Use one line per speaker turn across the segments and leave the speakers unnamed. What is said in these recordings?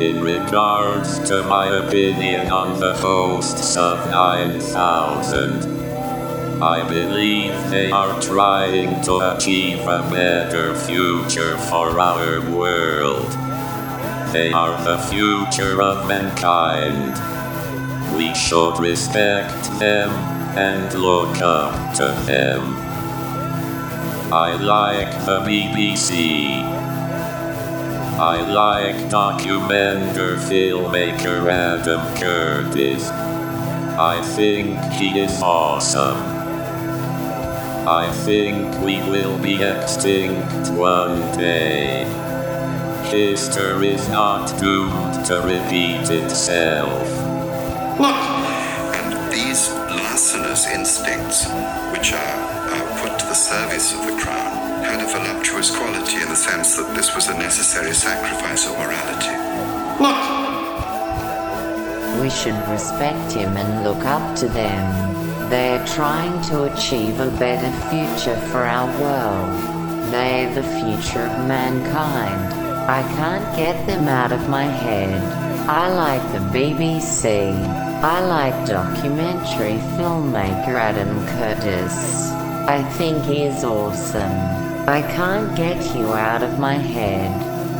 In regards to my opinion on the hosts of 9000, I believe they are trying to achieve a better future for our world. They are the future of mankind. We should respect them and look up to them. I like the BBC. I like documenter filmmaker Adam Curtis. I think he is awesome. I think we will be extinct one day. History is not doomed to repeat itself.
Look, these larcenous instincts, which are, are put to the service of the crown, had a voluptuous quality in the sense that this was a necessary sacrifice of morality. Look!
We should respect him and look up to them. They're trying to achieve a better future for our world. They're the future of mankind. I can't get them out of my head. I like the BBC. I like documentary filmmaker Adam Curtis. I think he is awesome. I can't get you out of my head.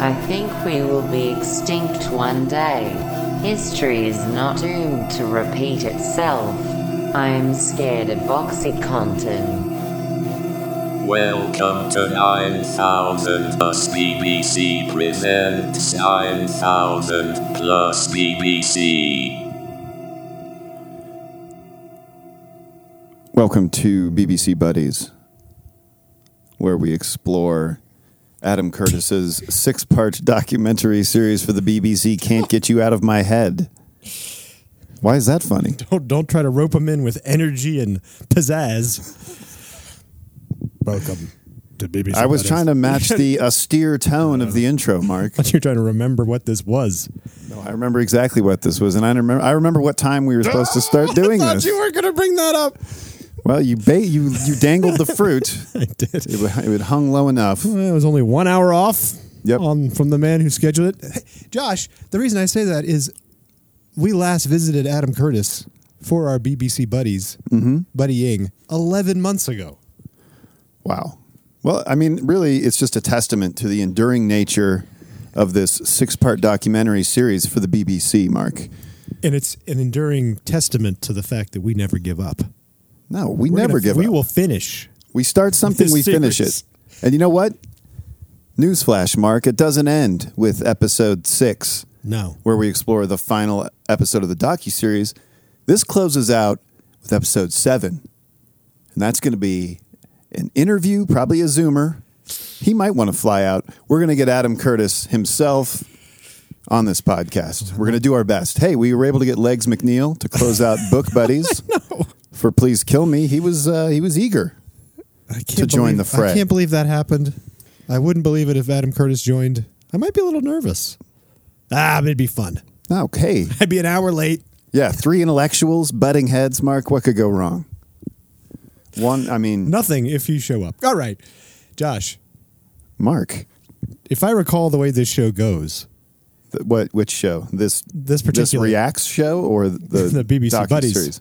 I think we will be extinct one day. History is not doomed to repeat itself. I am scared of Oxycontin.
Welcome to 9000 plus BBC presents 9000 plus BBC.
Welcome to BBC Buddies where we explore Adam Curtis's six part documentary series for the BBC Can't Get You Out of My Head. Why is that funny?
Don't, Oh, don't try to rope him in with energy and pizzazz. Welcome to BBC.
I was buddies. trying to match the austere tone of the intro, Mark.
You're trying to remember what this was.
No, I remember exactly what this was, and I remember I remember what time we were supposed to start doing
I
this.
You were going to bring that up.
Well, you ba- you you dangled the fruit.
I did.
It, it hung low enough.
Well, it was only one hour off.
Yep.
On from the man who scheduled it, hey, Josh. The reason I say that is, we last visited Adam Curtis for our BBC buddies,
mm-hmm.
Buddy Ying, eleven months ago.
Wow. Well, I mean, really, it's just a testament to the enduring nature of this six-part documentary series for the BBC, Mark.
And it's an enduring testament to the fact that we never give up.
No, we We're never
gonna,
give
we
up.
will finish.
We start something, we finish it. And you know what? Newsflash, Mark, it doesn't end with episode six.
No.
Where we explore the final episode of the docu-series. This closes out with episode seven. And that's going to be an interview, probably a Zoomer. He might want to fly out. We're going to get Adam Curtis himself on this podcast. We're going to do our best. Hey, we were able to get Legs McNeil to close out Book Buddies for "Please Kill Me." He was uh, he was eager to join
believe,
the fray.
I can't believe that happened. I wouldn't believe it if Adam Curtis joined. I might be a little nervous. Ah, but it'd be fun.
Okay,
I'd be an hour late.
Yeah, three intellectuals butting heads. Mark, what could go wrong? One, I mean,
nothing if you show up. All right, Josh,
Mark.
If I recall the way this show goes,
what which show this
this particular
this reacts show or the,
the BBC buddies
series?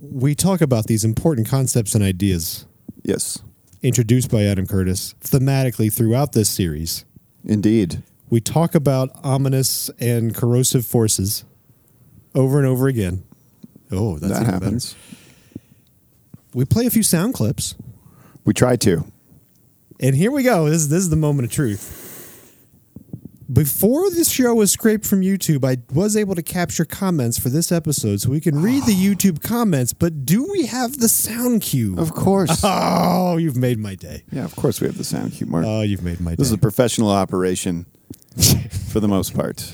We talk about these important concepts and ideas.
Yes,
introduced by Adam Curtis thematically throughout this series.
Indeed,
we talk about ominous and corrosive forces over and over again. Oh, that
happens.
Better. We play a few sound clips.
We try to.
And here we go. This this is the moment of truth before this show was scraped from YouTube, I was able to capture comments for this episode, so we can read the YouTube comments. But do we have the sound cue?
Of course.
Oh, you've made my day.
Yeah, of course we have the sound cue, Mark.
Oh, you've made my day.
This is a professional operation, for the most part.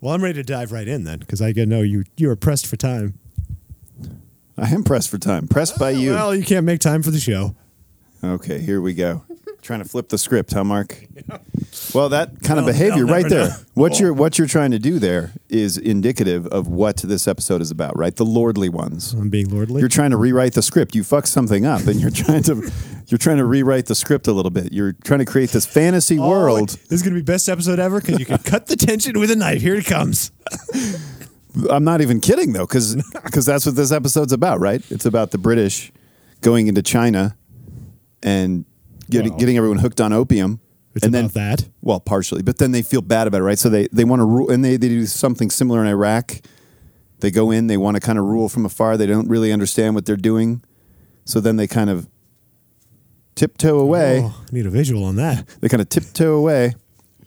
Well, I'm ready to dive right in then, because I know you you're pressed for time.
I am pressed for time. Pressed by you.
Oh, Well, you can't make time for the show.
Okay, here we go. Trying to flip the script, huh, Mark? Well, that kind of
Well,
behavior
they'll
right
never
there.
know.
What
Well-
you're
Oh.
what you're trying to do there is indicative of what this episode is about, right? The lordly ones.
I'm being lordly.
You're trying to rewrite the script. You fuck something up, and you're trying to you're trying to rewrite the script a little bit. You're trying to create this fantasy
Oh,
world.
This is gonna be best episode ever because you can cut the tension with a knife. Here it comes.
I'm not even kidding though, because that's what this episode's about, right? It's about the British going into China and getting,
Well,
getting everyone hooked on opium,
It's
and
about
then
that.
well, partially, but then they feel bad about it, right? So they they want to rule, and they they do something similar in Iraq. They go in, they want to kind of rule from afar. They don't really understand what they're doing, so then they kind of tiptoe away
Oh, I need a visual on that.
they kind of tiptoe away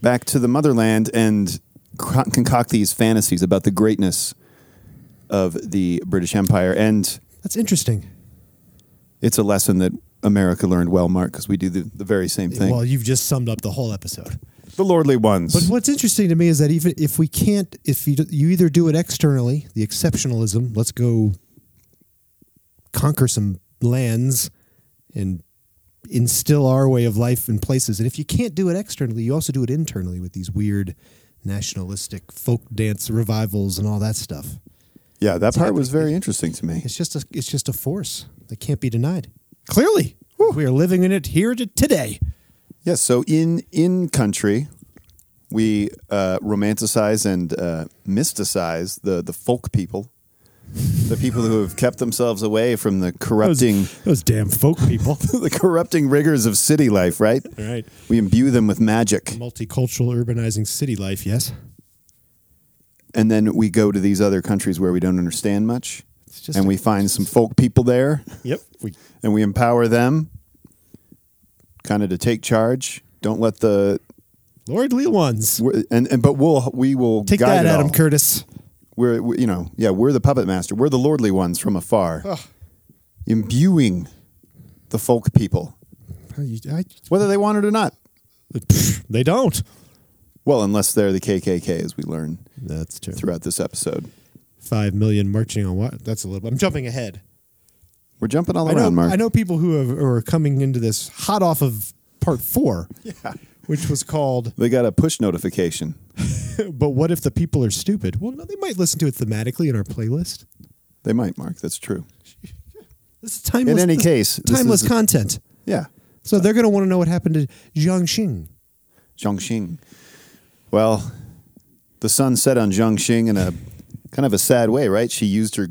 back to the motherland and con- concoct these fantasies about the greatness of the British Empire. And
That's interesting.
it's a lesson that America learned well, Mark, because we do the, the very same thing.
Well, you've just summed up the whole episode.
the lordly ones.
But what's interesting to me is that even if we can't, if you you either do it externally, the exceptionalism, let's go conquer some lands and instill our way of life in places. And if you can't do it externally, you also do it internally with these weird nationalistic folk dance revivals and all that stuff.
yeah, that part was very interesting to me.
It's just a it's just a force that can't be denied. Clearly, we are living in it here to today.
Yes. So in in country, we uh, romanticize and uh, mysticize the the folk people, the people who have kept themselves away from the corrupting
Those damn folk people.
the corrupting rigors of city life. Right.
right.
We imbue them with magic,
Multicultural urbanizing city life, yes.
and then we go to these other countries where we don't understand much,
It's just
and
a-
we find some folk people there,
Yep. We,
and we empower them, kind of to take charge. Don't let the
lordly ones.
we're- and, and but we'll we will
Take
guide
that,
it
Adam
all.
Curtis.
We're we, you know yeah we're the puppet master. We're the lordly ones from afar, imbuing the folk people
Oh, you- I-
whether they want it or not.
pff, they don't.
Well, unless they're the KKK, as we learn
That's true.
throughout this episode.
Five million marching on what? That's a little. I'm jumping ahead.
We're jumping all
I know.
around, Mark.
I know people who have, are coming into this hot off of part four, yeah. which was called
They got a push notification.
"But What If the People Are Stupid?" Well, no, they might listen to it thematically in our playlist.
They might, Mark. That's true.
This is timeless.
any
this-
case, this
timeless
is-
content.
Yeah.
So they're going to want to know what happened to Jiangxing.
Zhongxing. Well, the sun set on Zhongxing in a kind of a sad way, right? She used her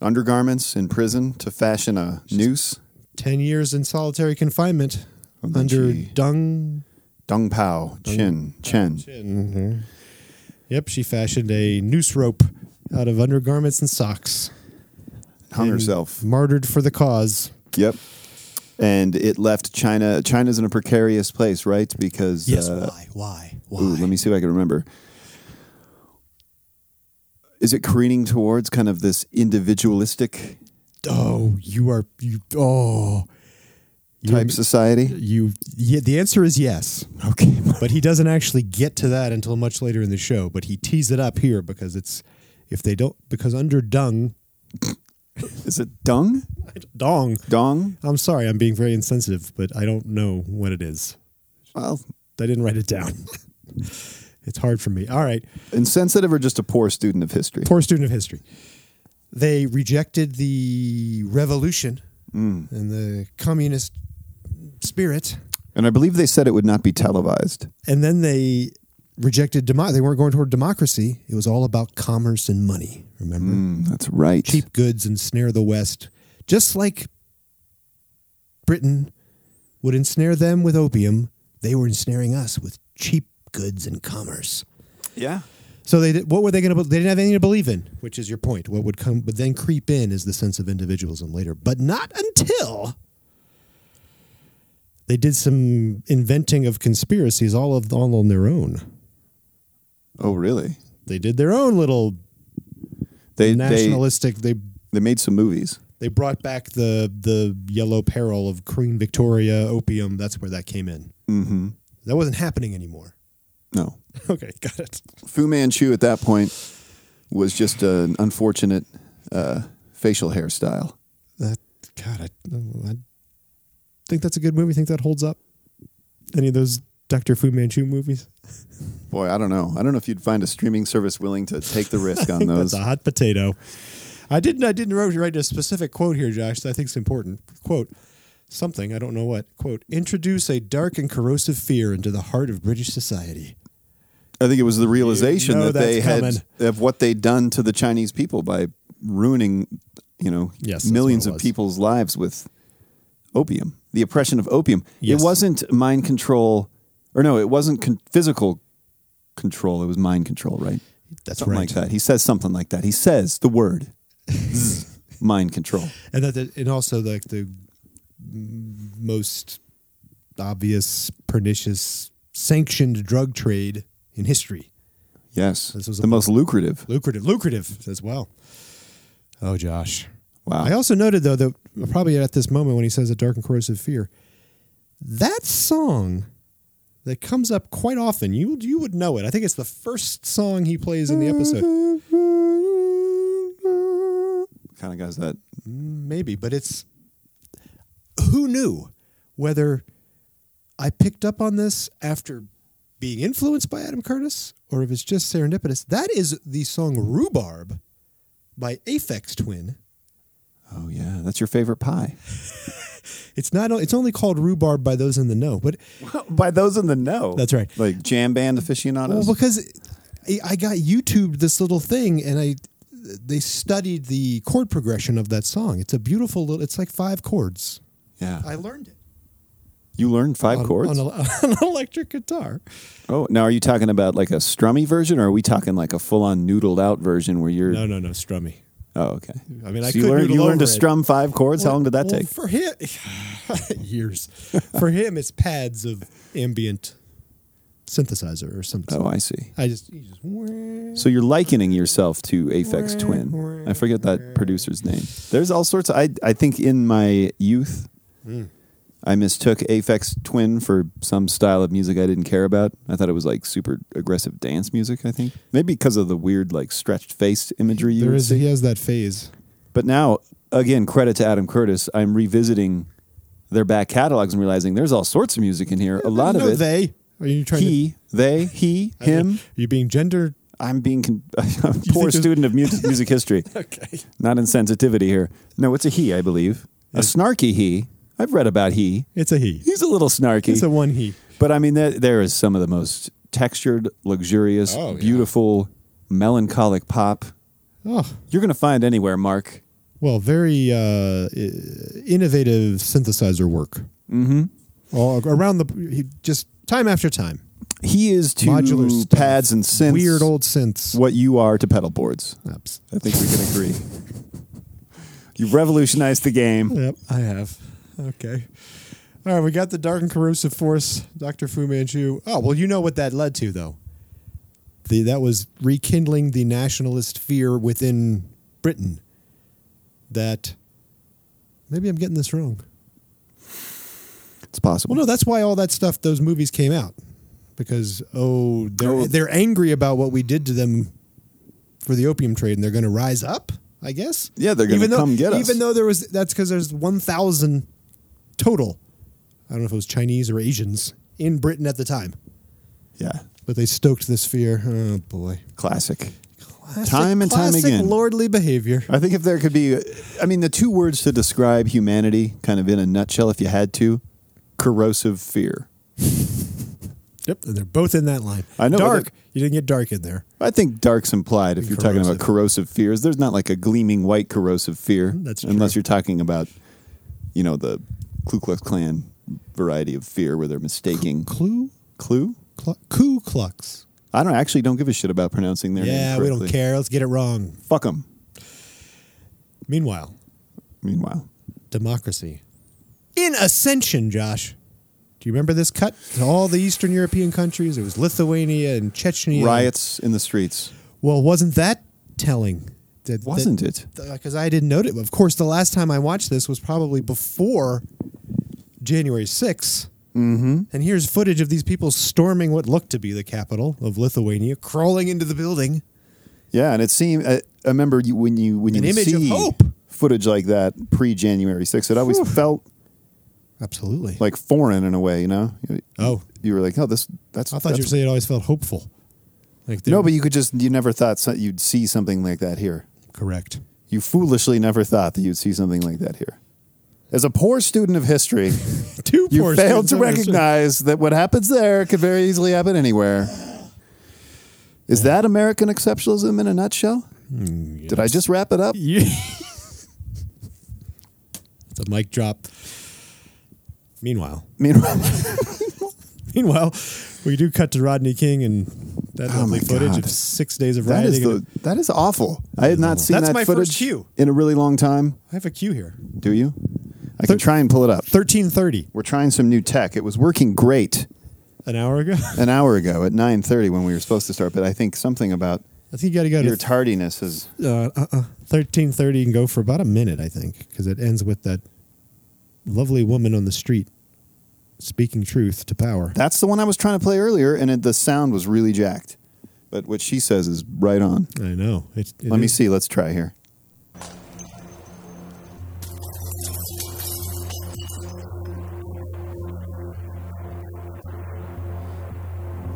undergarments in prison to fashion a noose.
Ten years in solitary confinement
Oh, then
under
she-
Deng
Dong Pao, Chin, Chen.
Yep, she fashioned a noose rope out of undergarments and socks.
Hung
and
herself.
Martyred for the cause.
Yep. And it left China. China's in a precarious place, right? Because uh,
why? Why?
Ooh, let me see if I can remember. Is it careening towards kind of this individualistic
Oh, you are you oh
type society?
you yeah, the answer is yes.
Okay.
But he doesn't actually get to that until much later in the show, but he tees it up here because it's if they don't because under dung
Is it dung?
dong.
Dong?
I'm sorry, I'm being very insensitive, but I don't know what it is.
Well,
I didn't write it down. it's hard for me. All right.
insensitive or just a poor student of history?
poor student of history. They rejected the revolution and the communist spirit,
And I believe they said it would not be televised.
and then they rejected demo- They weren't going toward democracy. It was all about commerce and money. Remember,
Mm, That's right.
cheap goods ensnare the West, just like Britain would ensnare them with opium. They were ensnaring us with cheap goods and commerce.
Yeah.
So they did, what were they going to? They didn't have anything to believe in, which is your point. What would come, but then creep in is the sense of individualism later, but not until they did some inventing of conspiracies, all of all on their own.
Oh, really?
They did their own little
They they,
nationalistic. They
they made some movies.
they brought back the the yellow peril of Queen Victoria opium. That's where that came in. Mm-hmm. That wasn't happening anymore.
No.
Okay, got it.
Fu Manchu at that point was just an unfortunate uh, facial hairstyle.
That God, I, I think that's a good movie. Think that holds up? Any of those Dr. Fu Manchu movies?
Boy, I don't know. I don't know if you'd find a streaming service willing to take the risk on those.
That's a hot potato. I didn't. I didn't write, write a specific quote here, Josh. That I think is important. Quote something. I don't know what. Quote introduce a dark and corrosive fear into the heart of British society.
I think it was the realization
You know
that they
that's
had
coming.
of what they'd done to the Chinese people by ruining, you know,
Yes, that's
millions
what it
of
was.
people's lives with opium, the oppression of opium.
Yes.
It wasn't mind control, or no, it wasn't con- physical control. It was mind control, right?
That's
something
right.
like that. He says something like that. He says the word Zzz, mind control.
and that the, and also like the m- most obvious pernicious sanctioned drug trade in history
Yes,
This was a-
the most lucrative.
lucrative lucrative as well oh josh
Wow.
i also noted though that probably at this moment when he says a dark and corrosive fear that song that comes up quite often you you would know it i think it's the first song he plays in the episode
kind of guys that
maybe but it's who knew whether I picked up on this after being influenced by Adam Curtis or if it's just serendipitous. That is the song Rhubarb by Aphex Twin.
Oh yeah, that's your favorite pie.
It's not it's only called Rhubarb by those in the know, but
By those in the know.
That's right.
Like jam band aficionados.
well because I- I got YouTube this little thing and I they studied the chord progression of that song. It's a beautiful little it's like five chords.
yeah.
I learned it.
you learned five
on-
chords.
on, a- on an electric guitar.
oh, now are you talking about like a strummy version, or are we talking like a full-on noodled out version where you're?
no, no, strummy.
Oh, okay.
I mean, I
so you
could
learned you
noodle
learned to
over it.
strum five chords. How long did that
Well,
take?
For him, years. For him, it's pads of ambient synthesizer or something.
Oh, I see.
I just, he just wah.
So you're likening yourself to Aphex Twin. I forget that producer's name. There's all sorts. Of, I I think in my youth,
Hmm.
I mistook Aphex Twin for some style of music I didn't care about. I thought it was like super aggressive dance music. I think maybe because of the weird like stretched face imagery. You
there
would
is he has that phase.
but now, again, credit to Adam Curtis. I'm revisiting their back catalogs and realizing there's all sorts of music in here. A lot
no,
of it.
They are you trying
he, they, he,
to I mean,
him.
Are you being gender?
I'm being con- I'm a poor
there's-
student of mu- music history.
Okay.
Not in sensitivity here. No, it's a he, I believe. A snarky he. I've read about he.
It's a he.
He's a little snarky.
It's a one he.
But I mean, there, there is some of the most textured, luxurious,
Oh, yeah.
beautiful, melancholic pop
Oh
you're going to find anywhere, Mark.
well, very uh, i- innovative synthesizer work. Mm-hmm. All around the he- just time after time.
He is to
Modular stuff.
pads and synths
Weird old synths.
what you are to pedal boards.
Oops.
I think we can agree. You've revolutionized the game.
Yep, I have. Okay. All right, we got the dark and corrosive force, Dr. Fu Manchu. Oh, well, you know what that led to, though. The, that was rekindling the nationalist fear within Britain that maybe I'm getting this wrong.
It's possible.
Well, no, that's why all that stuff, those movies came out because, oh, they're,
Oh.
they're angry about what we did to them for the opium trade and they're going to rise up, I guess.
Yeah, they're gonna
Even though-
come get us.
Even though there was, that's because there's 1,000 total. I don't know if it was Chinese or Asians in Britain at the time,
yeah.
but they stoked this fear. Oh, boy.
Classic.
Classic,
Time and time
classic
again.
lordly behavior.
I think if there could be, I mean, the two words to describe humanity, kind of in a nutshell, if you had to, corrosive fear.
Yep. And they're both in that line.
I know, but
Dark.
that-
You didn't get dark in there.
I think dark's implied if you're talking about corrosive fears. There's not like a gleaming white corrosive fear,
Mm, That's true.
unless you're talking about, you know, the Ku Klux Klan variety of fear where they're mistaking
Clue?
clue.
Clu- Ku Klux.
I don't I actually don't give a shit about pronouncing their name.
Yeah, we don't
correctly.
care. Let's get it wrong.
Fuck them.
Meanwhile,
Meanwhile,
democracy in ascension, Josh. Do you remember this cut? To all the Eastern European countries, it was Lithuania and Chechnya.
riots in the streets.
Well, wasn't that telling? That,
Wasn't it?
Because I didn't note it. Of course, the last time I watched this was probably before January 6th. Mm-hmm. And here's footage of these people storming what looked to be the capital of Lithuania, crawling into the building.
Yeah, and it seemed. I, I remember you, when you when
An
you
image of
see
hope.
footage like that pre January 6th, it always felt
Absolutely.
like foreign in a way, you know?
oh,
You were like, oh, this, that's.
I thought you were
that's-
saying it always felt hopeful. Like they're-
No, but you could just, you never thought so, you'd see something like that here.
correct.
You foolishly never thought that you'd see something like that here. As a poor student of history,
Two
you
poor
failed
students
to
on this-
recognize that what happens there could very easily happen anywhere. Is that American exceptionalism in a nutshell?
Hmm,
Did I just wrap it up?
You- it's a mic drop. Meanwhile,
Meanwhile,
meanwhile, we do cut to Rodney King and that
Oh
lovely
my
footage
God.
of six days of
that
rioting.
is
and-
the, that is awful. I had not seen
That's
that
my
footage
first cue.
in a really long time.
I have a cue here.
Do you? I can try and pull it up.
Thirteen thirty,
We're trying some new tech. It was working great
an hour ago.
an hour ago at 9:30 when we were supposed to start, but I think something about
I think you got to go
your
to
tardiness is
uh, uh, thirteen thirty and go for about a minute, I think, because it ends with that lovely woman on the street speaking truth to power.
That's the one I was trying to play earlier, and it, the sound was really jacked. But what she says is right on.
I know. It, it
Let me
is-
see. Let's try here.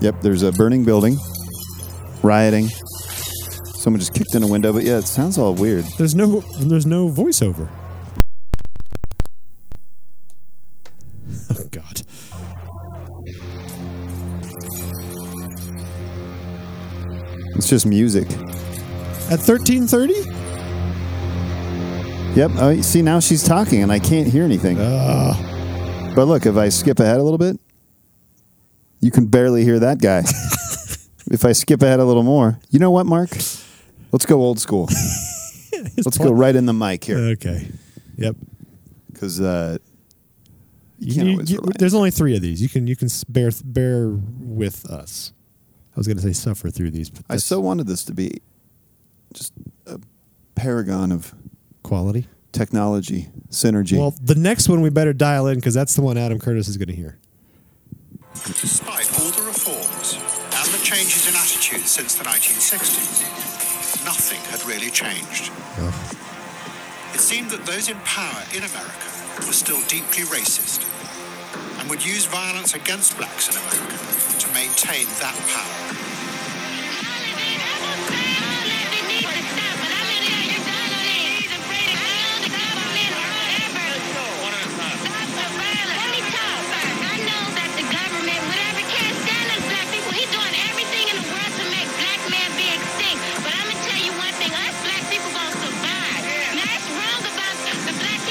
Yep, there's a burning building, rioting. Someone just kicked in a window, but yeah, it sounds all weird.
There's no. There's no voiceover. Oh God.
It's just music.
At thirteen thirty.
Yep, oh, you see, now she's talking and I can't hear anything.
Ah.
But look, if I skip ahead a little bit, you can barely hear that guy. if I skip ahead a little more, you know what, Mark? Let's go old school. Let's go right in the mic here
Okay. Yep.
because uh, you
You-
can't always
you-
rely.
there's only three of these. You can you can s- bear bear with us. I was going to say suffer through these. But
I
that's
so wanted this to be just a paragon of
quality.
technology synergy.
Well, the next one we better dial in because that's the one Adam Curtis is going to hear.
Despite all the reforms and the changes in attitudes since the 1960s, nothing had really changed. It seemed that those in power in America were still deeply racist and would use violence against blacks in America to maintain that power.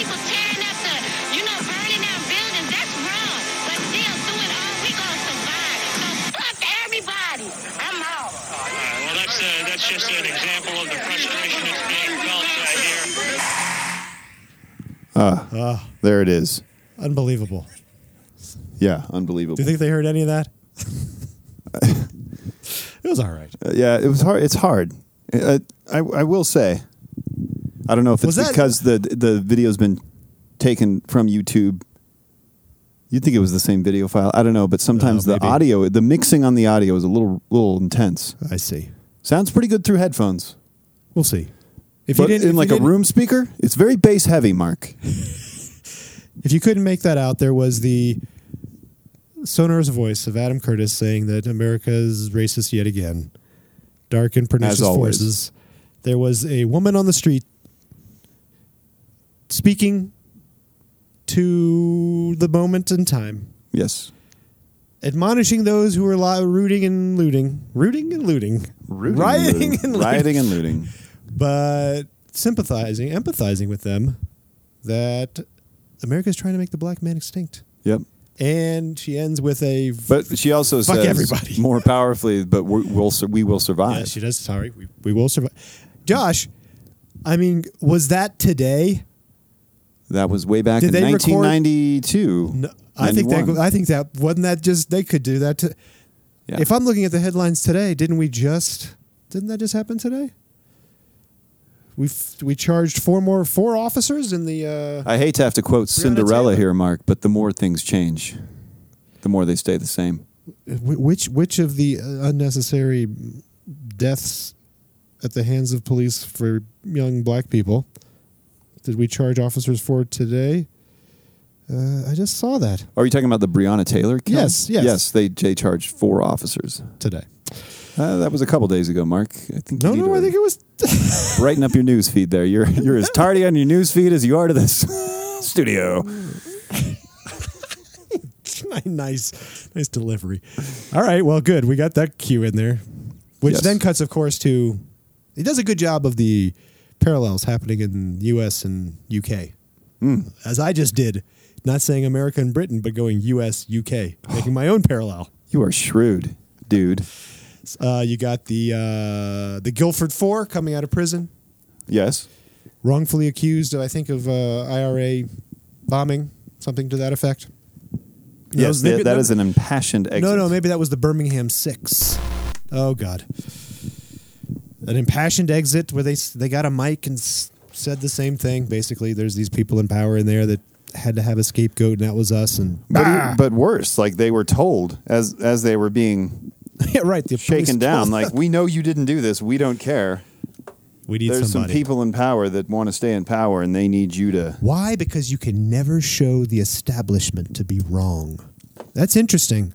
You know, burning down buildings, that's wrong. But still, through it all, we gonna survive. So fuck everybody. I'm out.
Well, that's, uh, that's just an example of the frustration that's being felt uh, here.
there it is.
Ah, Unbelievable.
Yeah, unbelievable.
Do you think they heard any of that? it was all right.
Uh, yeah, it was hard. It's hard. Uh, I I will say, I don't know if it's
Was that-
because the the video's been taken from YouTube. You'd think it was the same video file. I don't know, but sometimes the
maybe.
audio, the mixing on the audio is a little little intense.
I see.
Sounds pretty good through headphones,
We'll see. If
but
if
in like a
didn't-
room speaker, it's very bass heavy. Mark,
if you couldn't make that out, there was the sonorous voice of Adam Curtis saying that America is racist yet again, dark and pernicious
As always.
forces. There was a woman on the street speaking to the moment in time,
yes,
admonishing those who were li- rooting and looting, rooting and looting, rioting and looting,
rioting and looting.
but sympathizing, empathizing with them that America is trying to make the black man extinct.
Yep.
And she ends with a.
But she also
Fuck
says
everybody.
more powerfully, but we- we'll sur- we will survive.
Yeah, she does. Sorry, we, we will survive. Josh, I mean, was that today?
That was way back
Did
in
they record-
1992.
No, I think that
91.
I think that wasn't that just they could do that. To,
Yeah.
If I'm looking at the headlines today, didn't we just didn't that just happen today? We f- we charged four more four officers in the. Uh,
I hate to have to quote Cinderella
Taylor.
here, Mark, but the more things change, the more they stay the same.
Wh- which which of the uh, unnecessary deaths at the hands of police for young black people did we charge officers for today? Uh, I just saw that
Are you talking about the Breonna Taylor? Kill?
Yes, yes.
yes. They they charged four officers.
today.
Uh, that was a couple days ago, Mark. I think.
No, no, I think it was.
brighten up your news feed there. You're you're as tardy on your news feed as you are to this studio.
nice, nice delivery. All right, well, good. We got that cue in there, which
Yes.
then cuts, of course, to it does a good job of the parallels happening in U.S. and U.K.
Hmm.
As I just did, not saying America and Britain, but going U.S. U.K. making my own parallel.
You are shrewd, dude.
Uh, you got the uh, the Guilford Four coming out of prison,
Yes.
wrongfully accused, I think, of uh, IRA bombing, something to that effect.
Yes,
No,
that,
maybe-
that
no-
is an impassioned exit.
No, no, maybe that was the Birmingham Six. Oh God, an impassioned exit where they they got a mic and s- said the same thing. Basically, there's these people in power in there that had to have a scapegoat, and that was us. And
But, e- but worse, like they were told as as they were being
yeah, right, the
shaken
police-
down, like we know you didn't do this. We don't care.
we need
There's
somebody.
some people in power that want to stay in power, and they need you to.
Why? Because you can never show the establishment to be wrong. That's interesting,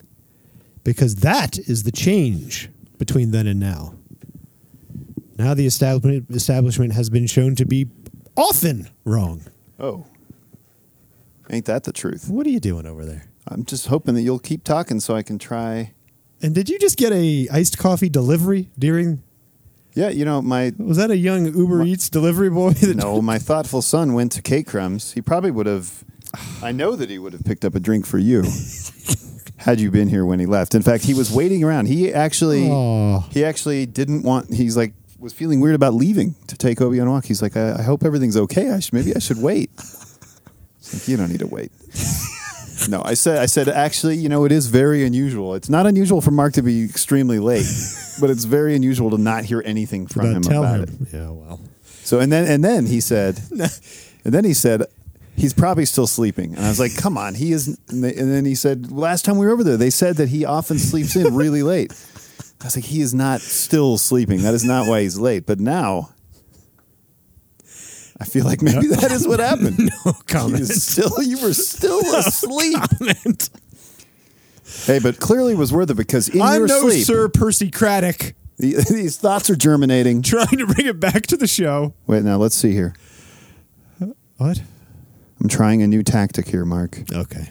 because that is the change between then and now. Now the establishment establishment has been shown to be often wrong.
Oh, ain't that the truth?
What are you doing over there?
I'm just hoping that you'll keep talking so I can try.
And did you just get a iced coffee delivery during?
Yeah, you know my
Was that a young Uber Eats delivery boy? That
no, my thoughtful son went to K Crumbs. He probably would have. I know that he would have picked up a drink for you had you been here when he left. In fact, he was waiting around. He actually,
Aw.
he actually didn't want. He's like was feeling weird about leaving to take Obi on a walk. He's like, I, I hope everything's okay. I should maybe I should wait. It's like, you don't need to wait. No, I said I said actually, you know, it is very unusual. It's not unusual for Mark to be extremely late, but it's very unusual to not hear anything from
About
him
tell
about
him.
it.
Yeah, well,
So and then and then he said, and then he said, he's probably still sleeping. And I was like, come on, he is. And, they, and then he said, last time we were over there, they said that he often sleeps in really late. I was like, he is not still sleeping. That is not why he's late. But now, I feel like maybe that is what happened.
no
He
comment.
is still, you were still
Oh,
asleep. Hey, but clearly was worth it because in
I'm
your
no
sleep,
Sir Percy Craddock
the- these thoughts are germinating.
trying to bring it back to the show.
Wait, now let's see here.
What?
I'm trying a new tactic here, Mark.
Okay.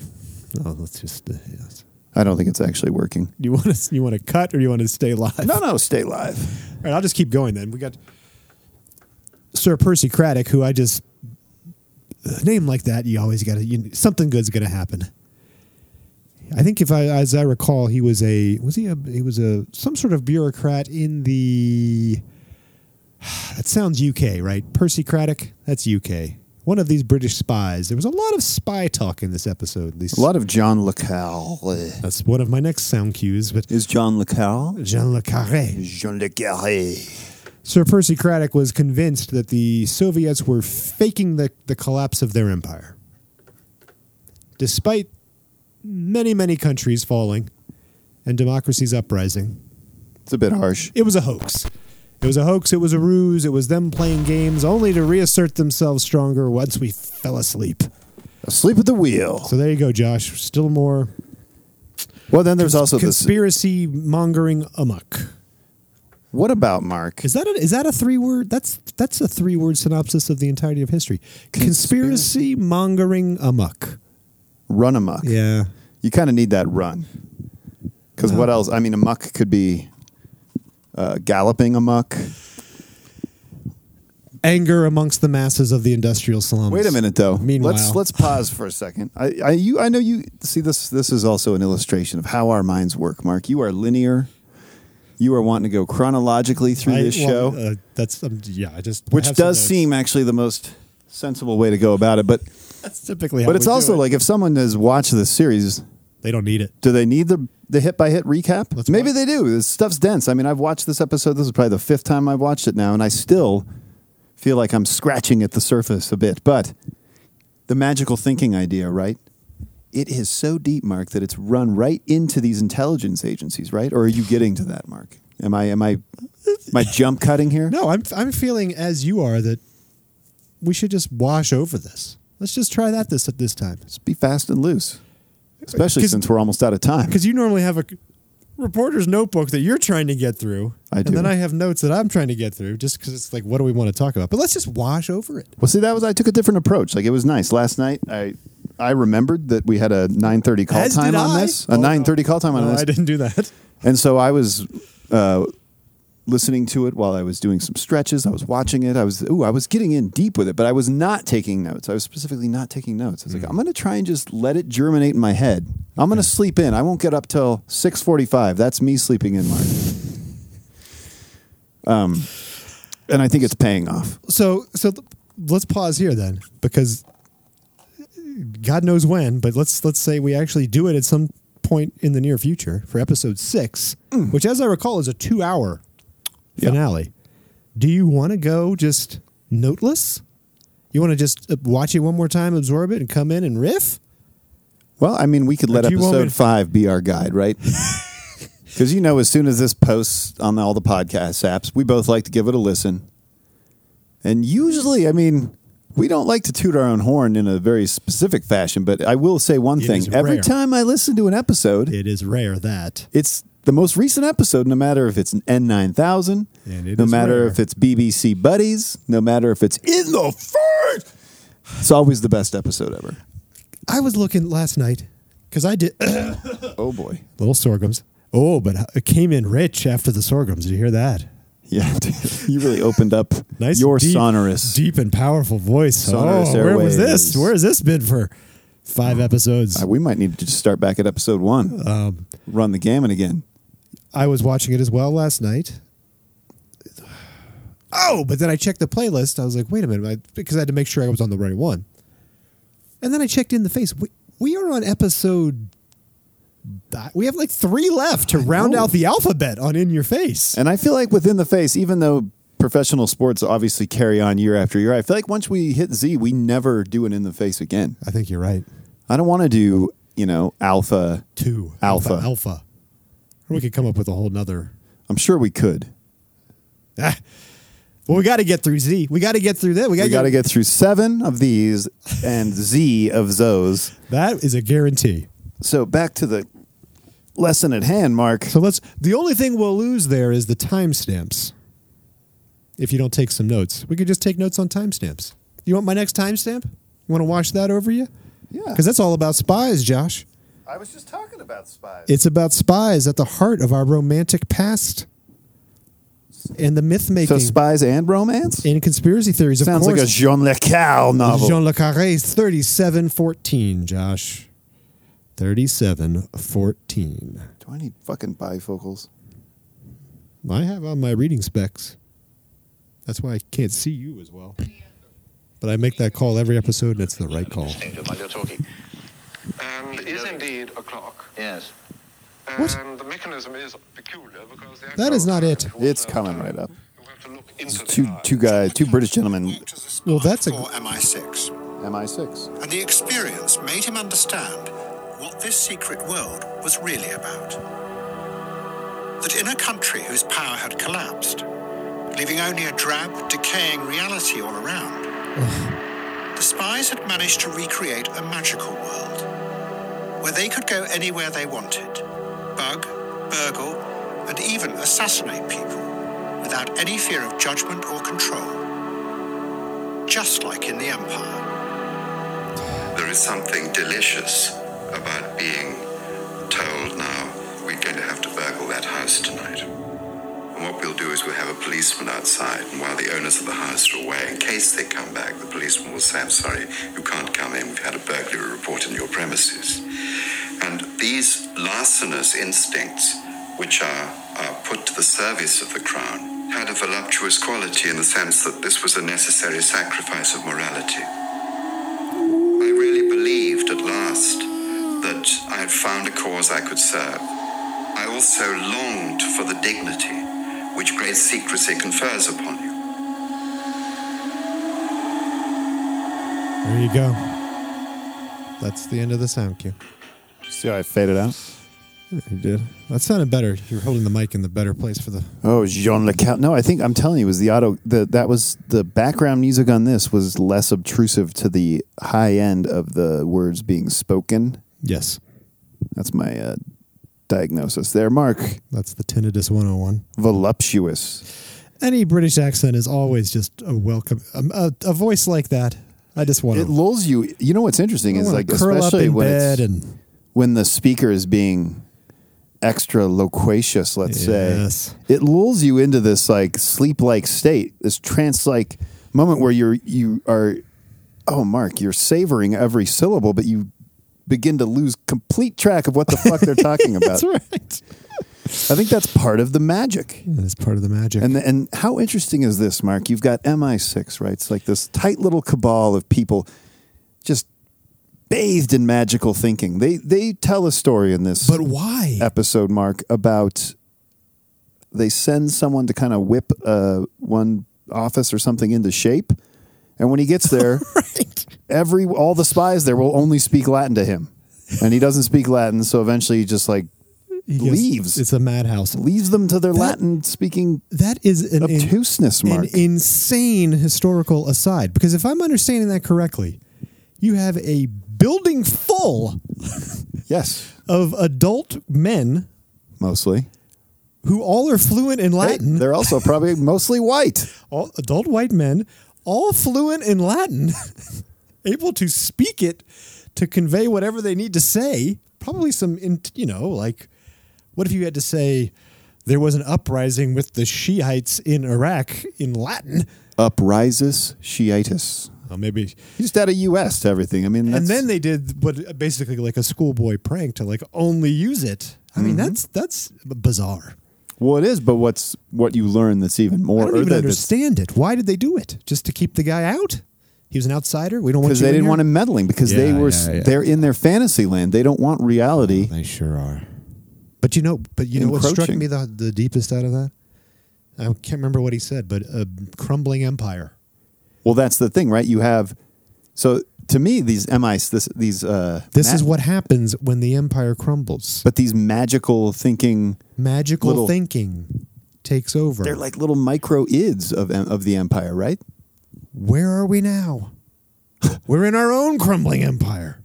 Oh, let's just. Uh, yes.
I don't think it's actually working.
You want to you want to cut or you want to stay live?
No, no, stay live.
All right, I'll just keep going then. We got Sir Percy Craddock, who I just a name like that. You always got to something good's going to happen. I think if I, as I recall, he was a was he a he was a some sort of bureaucrat in the. That sounds UK, right? Percy Craddock, that's UK. One of these British spies. There was a lot of spy talk in this episode. These,
A lot of John LeCal.
That's one of my next sound cues. But
Is John LeCal?
Jean Le Carré.
Jean Le Carré.
Sir Percy Craddock was convinced that the Soviets were faking the, the collapse of their empire. Despite many, many countries falling and democracies uprising,
It's a bit harsh.
it was a hoax. It was a hoax, it was a ruse, it was them playing games only to reassert themselves stronger once we fell asleep.
Asleep at the wheel.
So there you go, Josh. Still more
Well, then there's also this.
conspiracy mongering amok.
What about Mark?
Is that a, is that a three word? That's that's a three word synopsis of the entirety of history. Conspiracy, mongering amok.
Run amok.
Yeah,
You kind of need that run. Because what else? I mean, amok could be uh, galloping amok.
anger amongst the masses of the industrial slums.
Wait a minute, though.
Meanwhile-
let's let's pause for a second. I, I you I know you see this. This is also an illustration of how our minds work, Mark. You are linear. You are wanting to go chronologically through
I-
this
well,
show,
uh, that's um, yeah. I just I
which
have some
does
notes.
seem actually the most sensible way to go about it. But
that's typically. How
but it's
we do
also
it.
like if someone has watched this series,
they don't need it.
do they need the the hit by hit recap?
Let's
Maybe
watch.
they do. This stuff's dense. I mean, I've watched this episode. This is probably the fifth time I've watched it now, and I still feel like I'm scratching at the surface a bit. But the magical thinking idea, right? It is so deep, Mark, that it's run right into these intelligence agencies, right? Or are you getting to that, Mark? Am I am I am I jump cutting here?
No, I'm I'm feeling as you are that we should just wash over this. Let's just try that this at this time.
Just be fast and loose, especially
'Cause-
since we're almost out of time.
Because you normally have a reporter's notebook that you're trying to get through.
I do.
And then I have notes that I'm trying to get through just because it's like, what do we want to talk about? But let's just wash over it.
Well, see, that was I took a different approach. Like it was nice last night. I I remembered that we had a nine thirty call
As
time
did
on
I.
this,
Oh,
a
no.
nine thirty call time on
No,
this,
I didn't do that.
and so I was uh, listening to it while I was doing some stretches. I was watching it. I was ooh, I was getting in deep with it, but I was not taking notes. I was specifically not taking notes. I was like, I'm going to try and just let it germinate in my head. I'm going to sleep in. I won't get up till six forty five. That's me sleeping in, Mark. Um, and I think it's paying off.
So, so th- let's pause here then because God knows when, but let's let's say we actually do it at some point in the near future for episode six, which, as I recall, is a two-hour
Yeah.
finale. Do you want to go just noteless? You want to just uh, watch it one more time, absorb it, and come in and riff?
Well, I mean, we could let
do you want me
episode
to-
five be our guide, right? Because you know, as soon as this posts on all the podcast apps, we both like to give it a listen. And usually, I mean, we don't like to toot our own horn in a very specific fashion, but I will say one
It is
thing: every
rare.
time I listen to an episode,
It is rare that.
it's the most recent episode, no matter if it's an N9000,
And it
no
is
matter
rare.
if it's BBC Buddies, no matter if it's in the first, it's always the best episode ever.
I was looking last night because I did
Oh boy,
little sorghums. Oh, but it came in rich after the sorghums. Did you hear that?
Yeah, you really opened up
Nice,
your
deep,
sonorous.
deep and powerful voice.
Sonorous
oh, where was
airwaves.
this? Where has this been for five episodes?
Uh, we might need to just start back at episode one.
Um,
Run the gamut again.
I was watching it as well last night. Oh, but then I checked the playlist. I was like, wait a minute, I, because I had to make sure I was on the right one. And then I checked in the face. We, we are on episode. We have like three left to round out the alphabet on In Your Face.
And I feel like within the face, even though professional sports obviously carry on year after year, I feel like once we hit Z, we never do an in the face again.
I think you're right.
I don't want to do you know alpha.
Two
Alpha.
alpha. alpha. Or we could come up with a whole nother
I'm sure we could.
Ah. Well, we got to get through Z. We got to get through that.
We
We got
got
to
to get through seven of these and Z of those.
That is a guarantee.
So back to the lesson at hand, Mark.
So let's. The only thing we'll lose there is the timestamps. If you don't take some notes, we could just take notes on timestamps. You want my next timestamp? You want to watch that over you?
Yeah,
Because that's all about spies, Josh.
I was just talking about spies.
It's about spies at the heart of our romantic past and the myth
so
making
spies and romance.
and conspiracy theories. Of
Sounds
course,
like a Jean Le Carre novel.
Jean Le Carre, 3714, Josh. 3714.
Do I need fucking bifocals?
I have on my reading specs. That's why I can't see you as well. But I make that call every episode, and it's the right call.
while you're talking.
And it is indeed a clock.
Yes.
And
What?
the mechanism is peculiar because the
That is
actual
not it.
time is
It's
also-
coming right up.
You have to look into the
Two
eye.
two guy two British gentlemen.
Well, that's a-
For MI6.
MI6.
and the experience made him understand what this secret world was really about. That in a country whose power had collapsed, leaving only a drab, decaying reality all around, the spies had managed to recreate a magical world where they could go anywhere they wanted, bug, burgle, and even assassinate people without any fear of judgment or control. Just like in the Empire.
There is something delicious about being told now we're going to have to burgle that house tonight. And what we'll do is we'll have a policeman outside, and while the owners of the house are away, in case they come back, the policeman will say, I'm sorry, you can't come in. We've had a burglary report in your premises. And these larcenous instincts, which are, are put to the service of the crown, had a voluptuous quality in the sense that this was a necessary sacrifice of morality. I really believed at last that I had found a cause I could serve. I also longed for the dignity which great secrecy confers upon you.
There you go. That's the end of the sound cue.
See how I faded out? You did?
That sounded better. You're holding the mic in the better place for the.
Oh, Jean Le Count. No, I think I'm telling you, it was the auto. The, that was the background music on this was less obtrusive to the high end of the words being spoken.
Yes,
That's my uh, diagnosis there. Mark,
that's the tinnitus 101.
voluptuous.
Any British accent is always just a welcome. um, A, a, voice like that, I just want
It lulls you. You know what's interesting is like,
curl up
especially
in
when
bed
it's, uh,
and
when the speaker is being extra loquacious, let's
Yes.
say, it lulls you into this like sleep like state, this trance like moment where you're you are oh Mark, you're savoring every syllable, but you begin to lose complete track of what the fuck they're talking about.
that's right.
I think that's part of the magic.
That is part of the magic.
And and how interesting is this, Mark? You've got MI6, right? It's like this tight little cabal of people just bathed in magical thinking. They they tell a story in this
but why?
episode, Mark, about they send someone to kind of whip uh, one office or something into shape, and when he gets there, every all the spies there will only speak Latin to him, and he doesn't speak Latin, so eventually he just like
He goes,
leaves
It's a madhouse.
leaves them to their
That-
Latin speaking
That is an
obtuseness,
an
Mark.
insane historical aside. Because if I'm understanding that correctly, you have a building full
yes,
of adult men
mostly.
who all are fluent in
Hey,
Latin.
they're also probably mostly white.
all adult white men, all fluent in Latin, able to speak it to convey whatever they need to say. Probably some, in, you know, like what if you had to say there was an uprising with the Shiites in Iraq in Latin?
Uprises Shiitis.
Oh, maybe.
You just add a U.S. to everything. I mean, that's,
and then they did what basically like a schoolboy prank to like only use it. I mean,
Mm-hmm.
that's that's bizarre.
Well, it is, but what's what you learn that's even more?
I don't
or
even
that- that's-
understand it. Why did they do it? Just to keep the guy out? He was an outsider. We don't want
because
you
they
in
didn't
here?
want him meddling because they
Yeah,
were
yeah, yeah.
they're in their fantasy land. They don't want reality.
They sure are. But you know, but you know what struck
Encroaching.
me the the deepest out of that? I can't remember what he said, but a crumbling empire.
Well, that's the thing, right? You have so to me these mi's this these uh
This
ma-
is what happens when the empire crumbles.
but these magical thinking
Magical
little-
thinking takes over.
they're like little micro ids of em- of the empire, right?
Where are we now? We're in our own crumbling empire,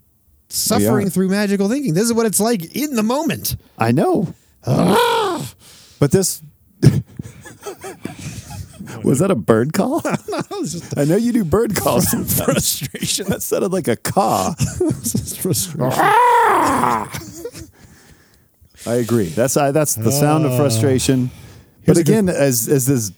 suffering through magical thinking. This is what it's like in the moment.
I know, but this. Was that a bird call?
It's just
I know you do bird calls. that
frustration.
sounded like a caw.
It's just frustration.
I agree. That's I, that's the sound of frustration. But
Ah. Here's a good-
again, as as this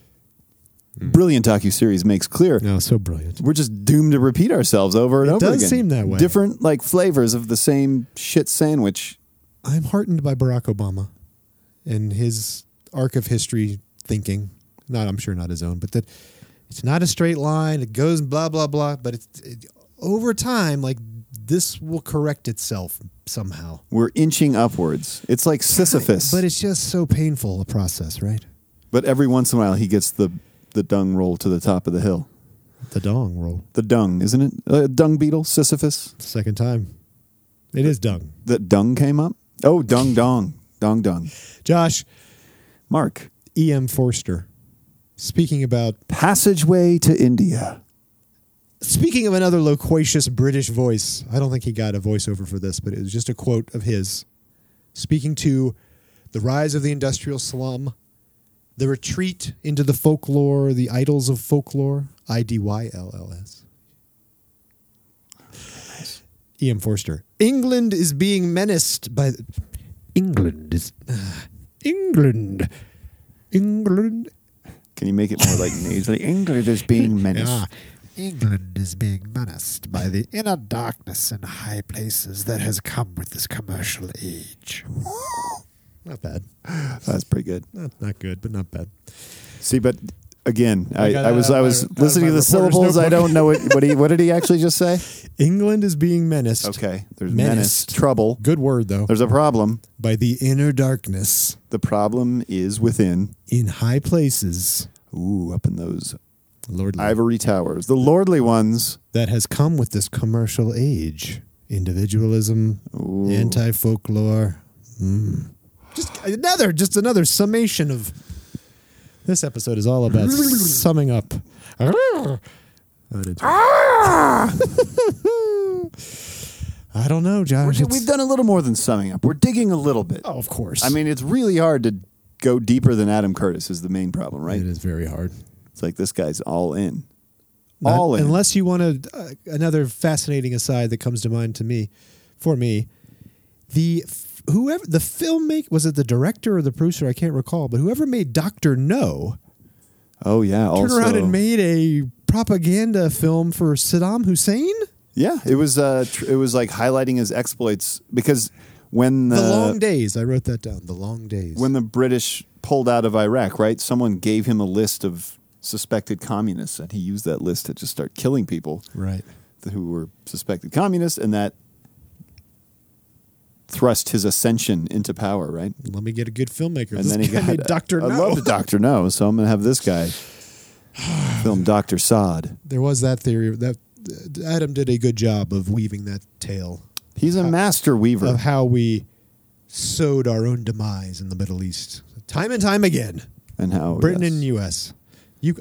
brilliant docu series makes clear,
No, so brilliant.
we're just doomed to repeat ourselves over and
It
over
does
again.
seem that way.
Different like flavors of the same shit sandwich.
I'm heartened by Barack Obama and his arc of history thinking. Not, I'm sure, not his own, but that it's not a straight line. It goes blah blah blah, but it's it, over time, like this will correct itself somehow.
We're inching upwards. It's like Sisyphus.
But it's just so painful a process, right?
But every once in a while, he gets the the dung roll to the top of the hill.
The dong roll,
The dung, isn't it? Uh, dung beetle, Sisyphus.
second time. It is dung.
That dung came up. Oh, dung dong, dong dung.
Josh
Mark,
E. M. Forster, speaking about
passageway to India.
Speaking of another loquacious British voice, I don't think he got a voiceover for this, but it was just a quote of his speaking to the rise of the industrial slum, the retreat into the folklore, the idols of folklore, I D Y L L S. E.M. Forster. England is being menaced by. England is. England. England.
Can you make it more like nasally? England is being menaced.
Ah, England is being menaced by the inner darkness in high places that has come with this commercial age. Not bad.
That's pretty good.
Not, not good, but not bad.
See, but again, I,
got
I
that
was
out of
I
my-
was
out of
listening
my
to the
reporter's
syllables. I
notebook.
don't know what what, he, what did he actually just say.
England is being menaced.
Okay, there's menace,
Menaced.
trouble.
Good word, though.
There's a problem.
By the inner darkness
The problem is within.
in high places.
Ooh, up in those
Lord,
ivory towers, the lordly ones.
that has come with this commercial age individualism, anti folklore, mm. Just another, just another summation of. This episode is all about summing up.
Ah!
I don't know,
We're,
Josh. It's-
we've done a little more than summing up. We're digging a little bit.
oh, of course.
I mean, it's really hard to go deeper than Adam Curtis is the main problem, right?
it is very hard.
It's like this guy's all in.
Not-
all in.
Unless you want to, uh, another fascinating aside that comes to mind to me, for me, the f- whoever the filmmaker was it the director or the producer I can't recall, but whoever made Doctor No
oh yeah.
turned
also,
around and made a propaganda film for Saddam Hussein.
Yeah, it was. Uh, tr- it was like highlighting his exploits because when the,
The Long Days. I wrote that down. The Long Days.
Uh, when the British pulled out of Iraq, right? Someone gave him a list of suspected communists, and he used that list to just start killing people
right.
th- who were suspected communists, and that thrust his ascension into power, right?
Let me get a good filmmaker.
And
this
then he
guy
got
made Doctor
I
No.
love Doctor No, so I'm gonna have this guy film Doctor Sod.
there was that theory that uh, Adam did a good job of weaving that tale
He's a master weaver.
of how we sowed our own demise in the Middle East, time and time again.
and how
Uh, Britain
Oh, yes,
and U.S., U-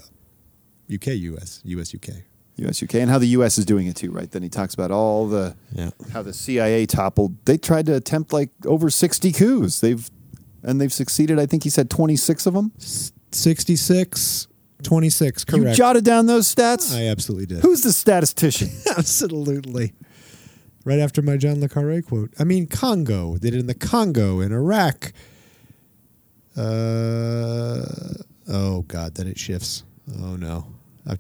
UK, U.S., U.S., UK.
U.S. UK, and how the U.S. is doing it too, right? Then he talks about all the
Yeah.
how the CIA toppled. They tried to attempt like over sixty coups. They've and they've succeeded. I think he said twenty six of them.
66, 26, correct.
You jotted down those stats.
I absolutely did.
Who's the statistician?
absolutely? Right after my John Le Carre quote. I mean, Congo. They did it in the Congo, in Iraq. Uh, oh, God, then it shifts. Oh, no. I, I,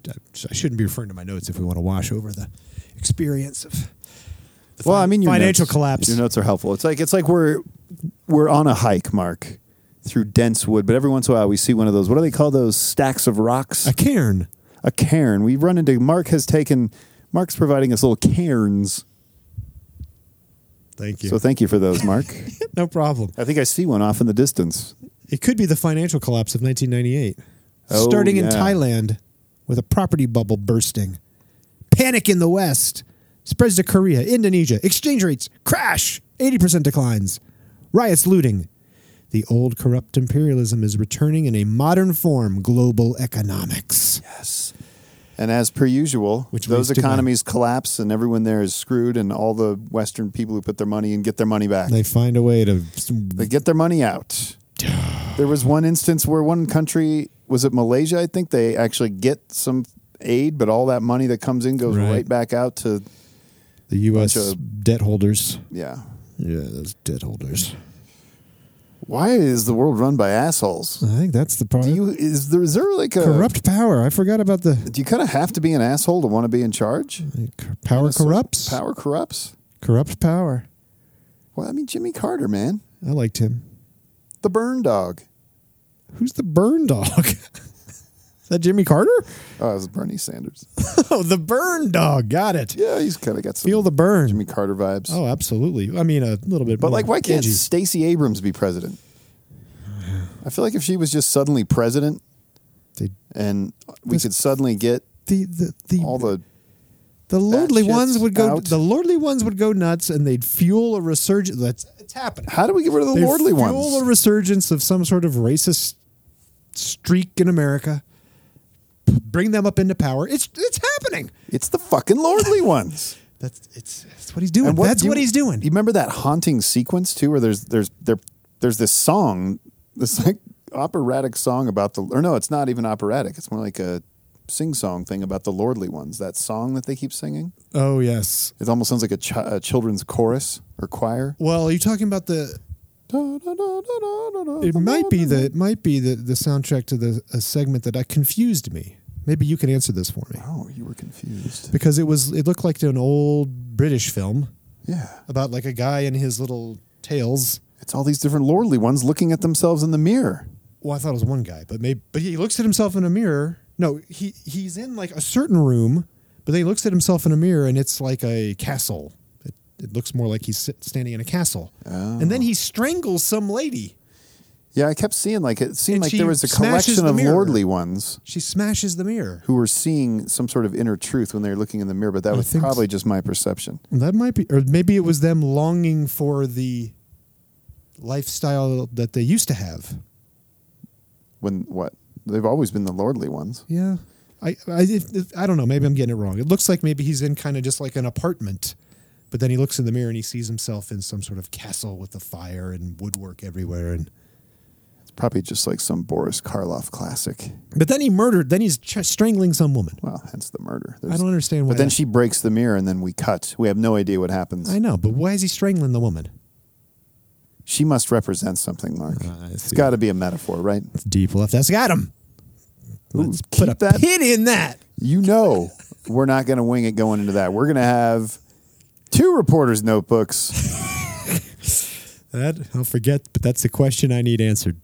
I shouldn't be referring to my notes if we want to wash over the experience of the
well,
fin-
I mean, your
financial
notes-
collapse.
Your notes are helpful. It's like it's like we're we're on a hike, Mark, through dense wood. But every once in a while, we see one of those. What do they call those stacks of rocks?
a cairn.
a cairn. We run into Mark has taken. Mark's providing us little cairns.
Thank you.
So thank you for those, Mark.
no problem.
I think I see one off in the distance.
It could be the financial collapse of 1998,
Oh,
starting in
yeah.
Thailand with a property bubble bursting, panic in the West, spreads to Korea, Indonesia, exchange rates crash, 80% declines, riots, looting. The old corrupt imperialism is returning in a modern form, global economics.
And as per usual,
Which
those
leads to
economies collapse and everyone there is screwed, and all the Western people who put their money in get their money back.
They find a way to.
They get their money out. there was one instance where one country was it Malaysia, I think they actually get some aid, but all that money that comes in goes
Right.
right, back out to
The U.S.
Bunch
debt holders.
yeah.
Yeah, those debt holders.
Why is the world run by assholes?
I think that's the
Do
problem.
you is there is there like a
Corrupt power. I forgot about the
Do you kind of have to be an asshole to want to be in charge?
Power corrupts.
Power corrupts.
Corrupts power.
Well, I mean Jimmy Carter, man,
I liked him.
the burn dog.
Who's the burn dog? Is that Jimmy Carter?
Oh, it was Bernie Sanders.
Oh, the burn dog. Got it.
Yeah, he's kind of got some
Feel the burn.
Jimmy Carter vibes.
Oh, absolutely. I mean, a little bit.
but
more
like, why can't
edgy.
Stacey Abrams be president? I feel like if she was just suddenly president,
They-
and we
This-
could suddenly get
the the the,
all the
the lordly
shit's
ones would go?
out.
The lordly ones would go nuts, and they'd fuel a resurgence. That's it's happening.
how do we get rid of the
They'd
lordly
fuel a
ones?
resurgence of some sort of racist streak in America. P- Bring them up into power. It's it's happening.
it's the fucking lordly ones.
That's it's that's what he's doing.
And what
that's
do-
what he's doing.
You remember that haunting sequence too, where there's there's there there's this song, this like operatic song about the or no, it's not even operatic. It's more like a sing song thing about the lordly ones. That song that they keep singing.
Oh yes.
It almost sounds like a, ch- a children's chorus or choir.
Well, are you talking about the? It
It
might be the it might be the, the soundtrack to the a segment that I confused me. Maybe you can answer this for me
Oh, you were confused.
because it was it looked like an old British film
Yeah,
about like a guy and his little tails.
it's all these different lordly ones looking at themselves in the mirror.
Well, I thought it was one guy, but maybe but he looks at himself in a mirror. No, he he's in like a certain room, but then he looks at himself in a mirror and it's like a castle. It, it looks more like he's sit, standing in a castle, and then he strangles some lady.
Yeah, I kept seeing like it seemed
And
like
she
there was a
smashes
collection
the
of
mirror.
lordly ones.
She smashes the mirror.
who were seeing some sort of inner truth when they were looking in the mirror, but that was
think
probably just my perception.
That might be, or maybe it was them longing for the lifestyle that they used to have.
When what? They've always been the lordly ones.
Yeah. I I, if- if- I don't know. Maybe I'm getting it wrong. It looks like maybe he's in kind of just like an apartment, but then he looks in the mirror and he sees himself in some sort of castle with the fire and woodwork everywhere. And
It's probably just like some Boris Karloff classic.
but then he murdered. Then he's ch- strangling some woman.
Well, hence the murder.
I don't understand why
But then
that-
she breaks the mirror, and then we cut. We have no idea what happens.
I know, but why is he strangling the woman?
She must represent something, Mark.
Uh, I
it's
see.
got to be a metaphor, right?
It's deep left. That's got him.
Ooh,
Let's
keep
put a
that.
pin in that.
You know, we're not going to wing it going into that. We're going to have two reporters' notebooks.
That I'll forget, but that's the question I need answered.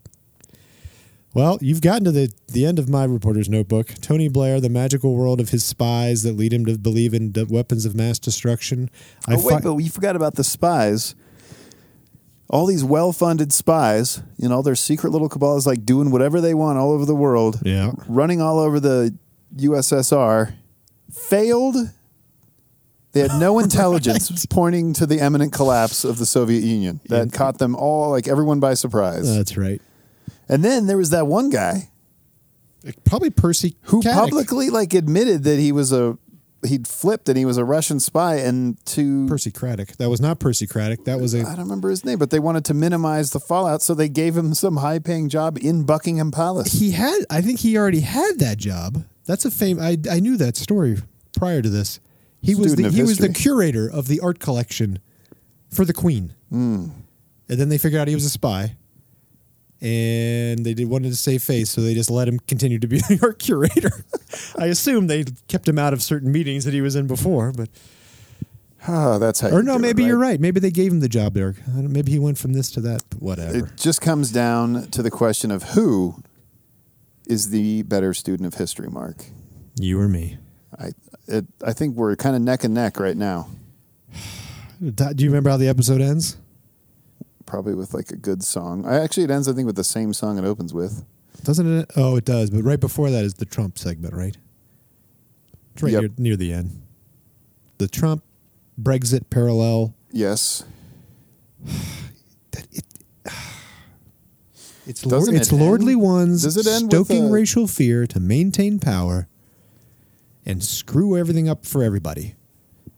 Well, you've gotten to the, the end of my reporter's notebook. Tony Blair, the magical world of his spies that lead him to believe in the weapons of mass destruction. I
oh, wait,
fi-
but we forgot about the spies. All these well-funded spies, you know, their secret little cabal is like doing whatever they want all over the world.
Yeah.
running all over the USSR, failed. They had no intelligence pointing to the imminent collapse of the Soviet Union. That caught them all, like everyone, by surprise.
that's right.
and then there was that one guy
Probably Percy
who
Katic.
publicly, like, admitted that he was a he'd flipped and he was a Russian spy. And to
Percy Craddock. That was not Percy Craddock. That was
I
a
don't remember his name, but they wanted to minimize the fallout, so they gave him some high-paying job in Buckingham Palace.
he had. I think he already had that job. That's a fame. I I knew that story prior to this. He was
Student
the,
of
he was the
history.
curator of the art collection for the Queen.
Hmm.
And then they figured out he was a spy. And they did, wanted to save face, so they just let him continue to be the art curator. I assume they kept him out of certain meetings that he was in before, but
Oh, that's how.
or
you
no,
do it,
maybe you're right. Maybe they gave him the job, Derek. I don't- Maybe he went from this to that. But whatever.
It just comes down to the question of who is the better student of history, Mark.
you or me.
I it, I think we're kind of neck and neck right now,
Do do you remember how the episode ends?
probably with like a good song. I actually it ends I think with the same song it opens with.
Doesn't it? Oh, it does. But right before that is the Trump segment, right? It's right
Yep.
near, near the end. The Trump Brexit parallel.
Yes.
It's
Doesn't
lord, it's
it end-
lordly ones
does it end with
stoking
a-
racial fear to maintain power and screw everything up for everybody.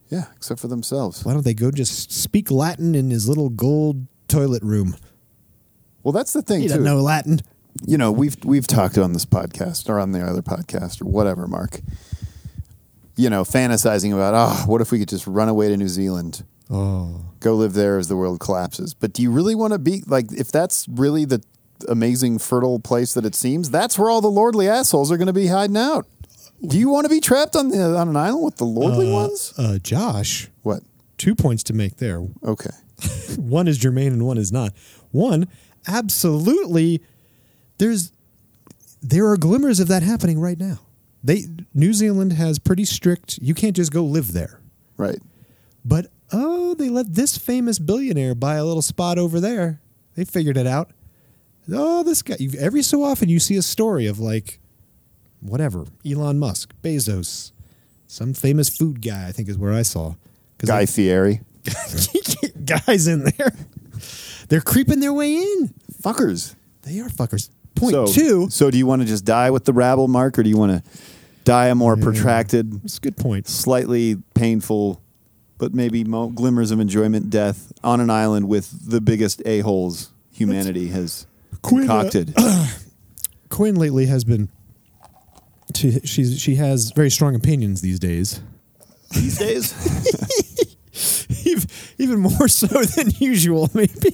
Yeah, except for themselves.
Why don't they go just speak Latin in his little gold toilet room?
Well, that's the thing
He
too.
doesn't know Latin.
You know, we've we've talked on this podcast or on the other podcast or whatever, Mark. You know, fantasizing about, oh, what if we could just run away to New Zealand?
Oh,
go live there as the world collapses. But do you really want to be like if that's really the amazing fertile place that it seems? That's where all the lordly assholes are going to be hiding out. Do you want to be trapped on the, on an island with the lordly ones?
uh, Josh,
What?
two points to make there.
Okay.
one is germane and one is not. One, absolutely, there's there are glimmers of that happening right now. They New Zealand has pretty strict. You can't just go live there.
Right.
But oh, they let this famous billionaire buy a little spot over there. They figured it out. Oh, this guy. You, every so often, you see a story of like, whatever, Elon Musk, Bezos, some famous food guy. I think is where I saw. 'Cause
Guy
they-
Fieri.
guys in there. They're creeping their way in.
Fuckers.
They are fuckers. Point
so,
two.
So do you want to just die with the rabble, Mark, or do you want to die a more protracted,
That's a good point.
slightly painful, but maybe mo- glimmers of enjoyment death on an island with the biggest a holes humanity has
Quinn, uh,
concocted?
Quinn lately has been. She she's, she has very strong opinions these days,
these days.
even, even more so than usual, maybe.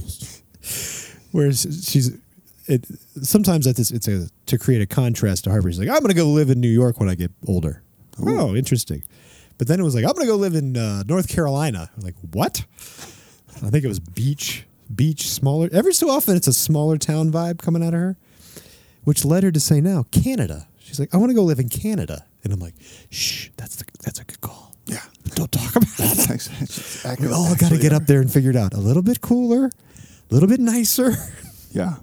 Whereas she's, it sometimes that's it's a to create a contrast to Harvard. She's like, I'm going to go live in New York when I get older. Oh, interesting. But then it was like, I'm going to go live in uh, North Carolina. I'm like, what? I think it was beach, beach, smaller. Every so often, it's a smaller town vibe coming out of her, which led her to say now Canada. She's like, I want to go live in Canada, and I'm like, shh, that's the, that's a good call. Yeah, don't talk about it. We all got to "Oh, get up there and figure it out. A little bit cooler, a little bit nicer.
Yeah.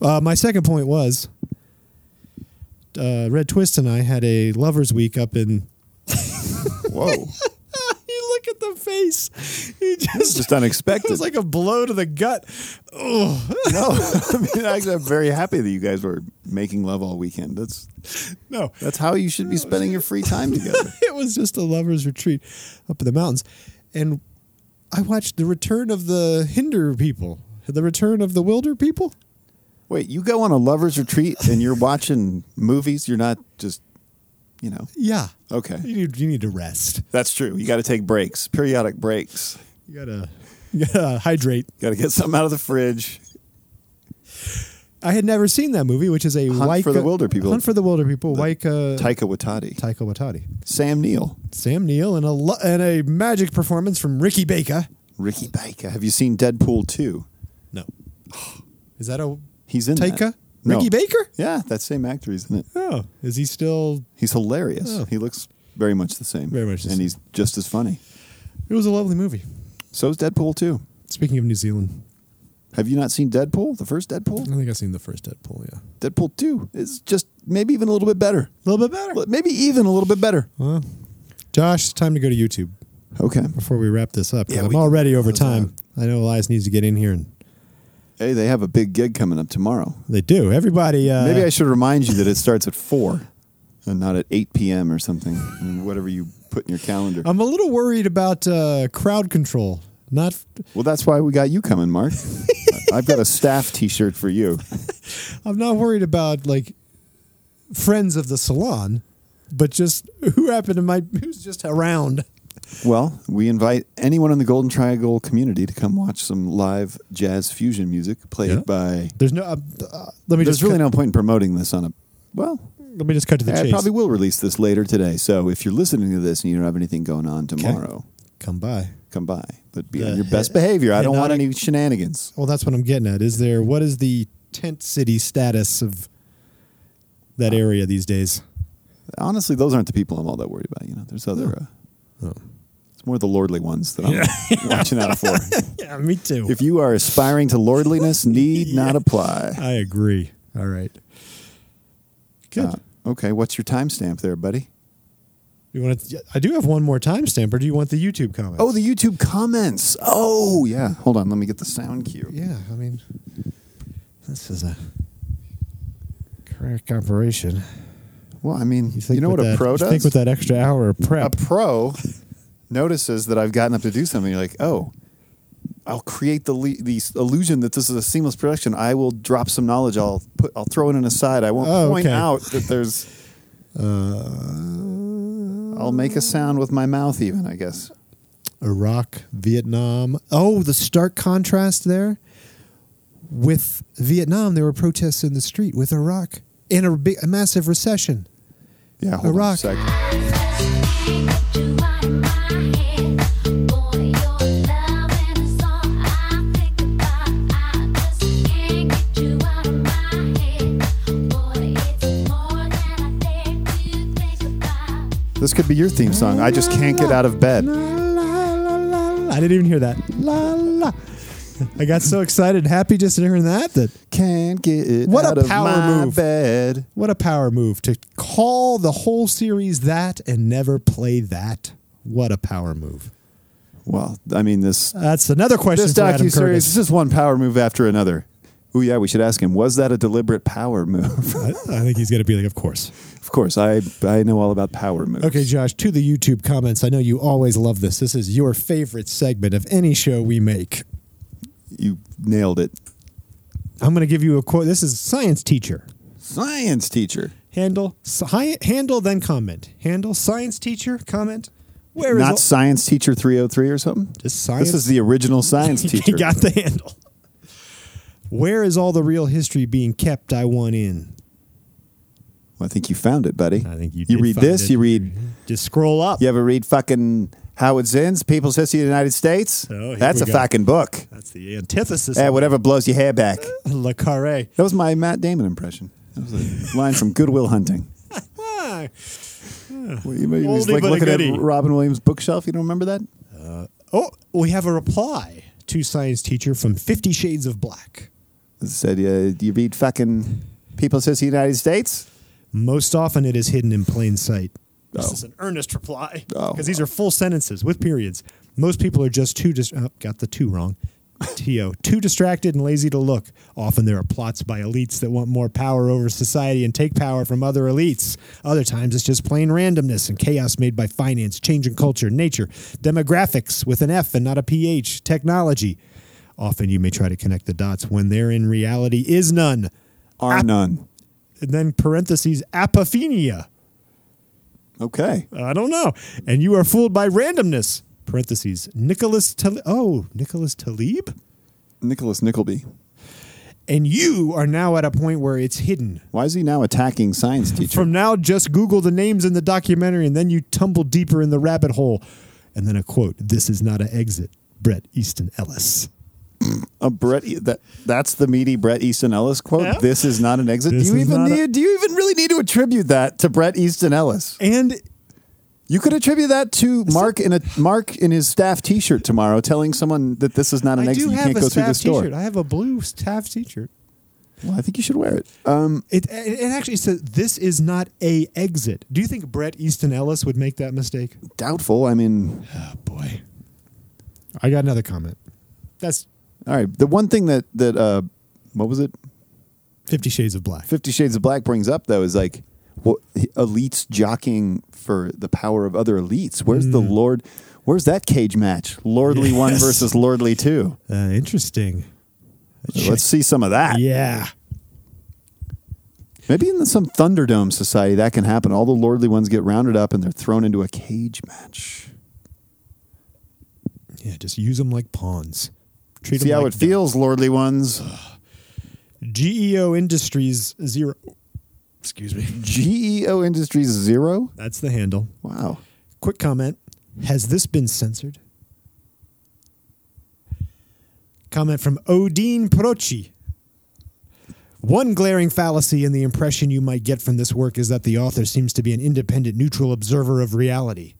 Uh, my second point was uh, Red Twist and I had a lovers' week up in.
Whoa.
you look at the face. He
This is
just
just unexpected.
it was like a blow to the gut. Oh
no, I mean, actually, I'm very happy that you guys were making love all weekend. That's
no.
that's how you should be spending your free time together.
it was just a lover's retreat up in the mountains. And I watched the return of the Hinder people, the return of the Wilder people.
Wait, you go on a lovers retreat and you're watching movies. You're not just, you know.
Yeah.
Okay.
You need, you need to rest.
That's true. You got to take breaks, periodic breaks.
You gotta, you gotta hydrate.
Got to get something out of the fridge.
I had never seen that movie, which is a
Hunt for
Waika-
the Wilder People.
Hunt for the Wilder People. Waika
Taika Waititi,
Taika Waititi,
Sam Neill,
Sam Neill, and a lo- and a magic performance from Ricky Baker.
Ricky Baker. Have you seen Deadpool two?
No, is that a
He's in that.
Taika?
No.
Ricky Baker?
Yeah, that same actor. He's in it.
Oh, is he still?
He's hilarious.
Oh.
He looks very much the same.
Very much the
and
same.
he's just as funny.
It was a lovely movie.
So is Deadpool too.
Speaking of New Zealand,
Have you not seen Deadpool? The first
I
Deadpool?
don't think I've seen the first Deadpool. Yeah,
Deadpool 2 is just maybe even a little bit better.
a little bit better.
Well, Maybe even a little bit better.
Well, Josh, it's time to go to YouTube
Okay.
before we wrap this up. 'cause
Yeah,
I'm
we can
already over
close out.
time. I know Elias needs to get in here, and
Hey, they have a big gig coming up tomorrow.
they do. Everybody, uh,
Maybe I should remind you that it starts at 4 and not at 8 p.m. or something, and whatever you put in your calendar.
I'm a little worried about uh, crowd control. Not,
well, that's why we got you coming, Mark. I- I've got a staff t shirt for you.
I'm not worried about like friends of the salon, but just who happened to my who's just around.
Well, we invite anyone in the Golden Triangle community to come watch some live jazz fusion music played
Yeah.
by.
There's no. Uh, uh, let me
There's
just
really
cut,
no point in promoting this on a. Well,
Let me just cut to the
I
chase.
probably will release this later today. So if you're listening to this and you don't have anything going on tomorrow,
Come by.
come by. But be
The
on your best
he-
behavior. I don't want
hedonic-
any shenanigans.
Well, that's what I'm getting at. Is there what is the tent city status of that area these days?
Honestly, those aren't the people I'm all that worried about. You know, there's other. Uh, It's more the lordly ones that I'm watching out for.
Yeah, me too.
if you are aspiring to lordliness, need not apply.
I agree. All right. Good.
Uh, okay, what's your timestamp there, buddy?
you want to, I do have one more timestamp, or do you want the YouTube comment?
Oh, the YouTube comments. Oh, yeah. Hold on, let me get the sound cue.
yeah. I mean, this is a crack operation.
Well, I mean, you, know what
with
a
that,
pro
you
does?
Think with that extra hour of
a
prep.
pro notices that I've gotten up to do something, you're like, oh, I'll create the le- the s- illusion that this is a seamless production. I will drop some knowledge. I'll put. I'll throw it in aside. I won't
Oh,
point
okay. Uh,
out that there's. I'll make a sound with my mouth, even I guess.
Iraq, Vietnam. Oh, the stark contrast there. With Vietnam, there were protests in the street. With Iraq, in a, big, a massive recession.
Yeah, hold on a
Iraq.
sec. This could be your theme song. I just can't get out of bed.
I didn't even hear that. La la. I got so excited, and happy just hearing that. That
Can't get it
What a
out of
power
my
move.
bed.
what a power move to call the whole series that and never play that. What a power move.
Well, I mean this
That's another question
this
for Adam
docu series.
Curtis.
This is one power move after another. Oh yeah, we should ask him. Was that a deliberate power move?
I, I think he's going to be like, of course.
Of course, I I know all about power moves.
Okay, Josh, to the YouTube comments. I know you always love this. This is your favorite segment of any show we make.
you nailed it.
I'm going to give you a quote. This is science teacher.
Science teacher,
Handle, sci- handle, then comment. Handle, science teacher, comment. Where is
not
all-
science teacher three hundred three or something.
Just science.
This is the original science
he
teacher.
got the handle. Where is all the real history being kept? I want in.
Well, I think you found it, buddy.
I think you
You
did
read
find
this.
it.
You read.
Just scroll up.
You ever read fucking Howard Zinn's People's History of the United States?
Oh, here
That's a
we go.
fucking book.
That's the antithesis.
Eh,
of
whatever blows your hair back.
Le Carre.
That was my Matt Damon impression. That was a line from Goodwill Hunting.
Ah,
Well, you- you was
Oldie
like
but a
looking
goodie.
at Robin Williams' bookshelf. You don't remember that?
Oh, we have a reply to science teacher from Fifty Shades of Black.
It said, uh, "Do you read fucking People's History of the United States?"
Most often, it is hidden in plain sight. This
Oh.
is an earnest reply
Oh.
because these are full sentences with periods. Most people are just too dis- oh, got the two wrong. To too distracted and lazy to look. Often there are plots by elites that want more power over society and take power from other elites. Other times it's just plain randomness and chaos made by finance, change in culture, nature, demographics with an F and not a PH, technology. Often you may try to connect the dots when there in reality is none. Ah.
Are none.
And then parentheses, apophenia.
Okay.
I don't know. And you are fooled by randomness. Parentheses. Nicholas Tal- Oh, Nicholas Talib?
Nicholas Nickleby.
And you are now at a point where it's hidden.
Why is he now attacking science teacher?
From now, just Google the names in the documentary and then you tumble deeper in the rabbit hole. And then a quote This is not an exit. Brett Easton Ellis.
a Brett E- that that's the meaty Brett Easton Ellis quote.
Yeah.
This is not an exit.
This
do you
is
even
not a-
need, do you even really need to attribute that to Brett Easton Ellis?
And
You could attribute that to Mark in a Mark in his staff T-shirt tomorrow, telling someone that this is not an
I
exit.
do
You
have
can't
a
go through
staff
this door.
t-shirt. I have a blue staff t-shirt.
Well, I think you should wear it. Um,
It, it, it actually says, this is not a exit. Do you think Brett Easton Ellis would make that mistake?
doubtful. I mean,
Oh, boy. I got another comment. That's
all right. The one thing that that uh, what was it?
Fifty Shades of Black.
Fifty Shades of Black brings up though is like what elites jockeying for the power of other elites. Where's the Lord? Where's that cage match? Lordly one
Mm. Yes.
versus lordly two.
Uh, interesting.
Let's see some of that.
Yeah.
Maybe in the- some Thunderdome society that can happen. All the lordly ones get rounded up and they're thrown into a cage match.
Yeah, just use them like pawns. Treat
See
them
how
like
it feels, lordly ones.
GEO E Industries Zero. Excuse me.
GEO E Industries Zero.
That's the handle.
Wow.
Quick comment. Has this been censored? Comment from Odin Proci. One glaring fallacy in the impression you might get from this work is that the author seems to be an independent, neutral observer of reality.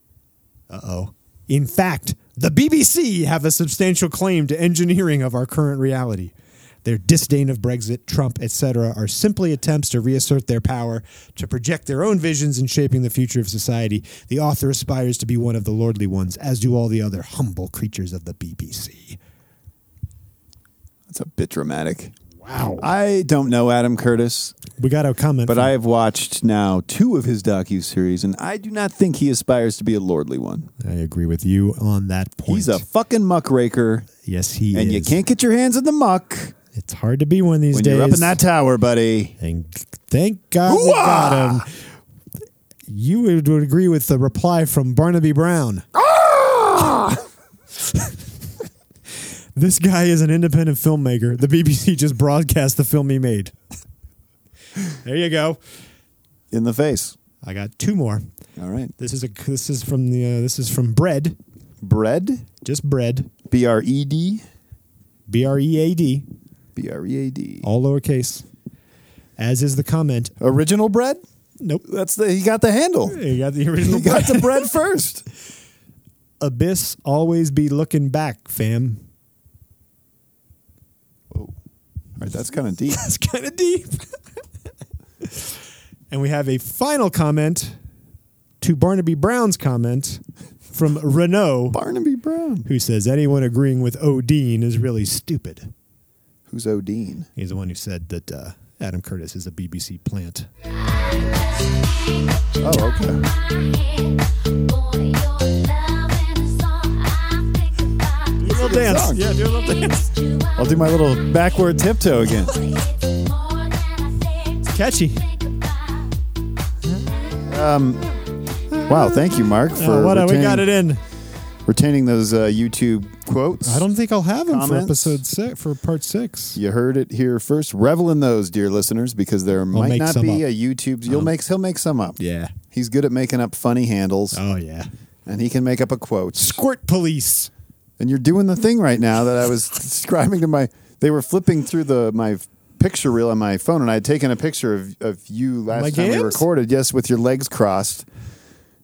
Uh oh. In fact, the BBC have a substantial claim to engineering of our current reality. Their disdain of Brexit, Trump, etc., are simply attempts to reassert their power, to project their own visions in shaping the future of society. The author aspires to be one of the lordly ones, as do all the other humble creatures of the BBC.
That's a bit dramatic.
Wow.
I don't know Adam Curtis,
We got a comment.
but
from-
I have watched now two of his docu-series and I do not think he aspires to be a lordly one.
I agree with you on that point.
He's a fucking muckraker
yes, he
and
is.
you can't get your hands in the muck
It's hard to be one these
when
days.
you're up in that tower, buddy.
And thank God we got him. You would would agree with the reply from Barnaby Brown. this guy is an independent filmmaker. The BBC just broadcast the film he made. there you go.
In the face.
I got two more.
All right.
This is a this is from the uh, this is from Bread,
Bread.
just Bread,
B R E D.
B R E A D,
B R E A D.
all lowercase. As is the comment.
Original bread?
Nope.
That's the he got the handle.
You got the original.
He got
Bread.
the bread first.
abyss always be looking back fam
All right, that's kind of deep.
that's kind of deep and we have a final comment to barnaby brown's comment from renault
Barnaby Brown.
who says anyone agreeing with odin is really stupid
Who's Odin?
he's the one who said that uh, adam curtis is a bbc plant
Oh, okay.
little
dance. song.
yeah do a little dance
I'll do my little backward tiptoe again.
catchy
Wow, thank you, Mark, for
uh, what uh, we
retaining,
got it in
retaining those uh, YouTube quotes.
i don't think i'll have him for
Comments?
episode six for part six
You heard it here first. Revel in those, dear listeners, because there might
make
not
some
be
up. Uh-huh.
a YouTube. You'll make he'll make some up.
yeah
He's good at making up funny handles,
oh yeah
and he can make up a quote.
squirt police
And you're doing the thing right now that I was describing to my. They were flipping through the my picture reel on my phone, and I had taken a picture of, of you last
My
time we
gams?
recorded. Yes, with your legs crossed.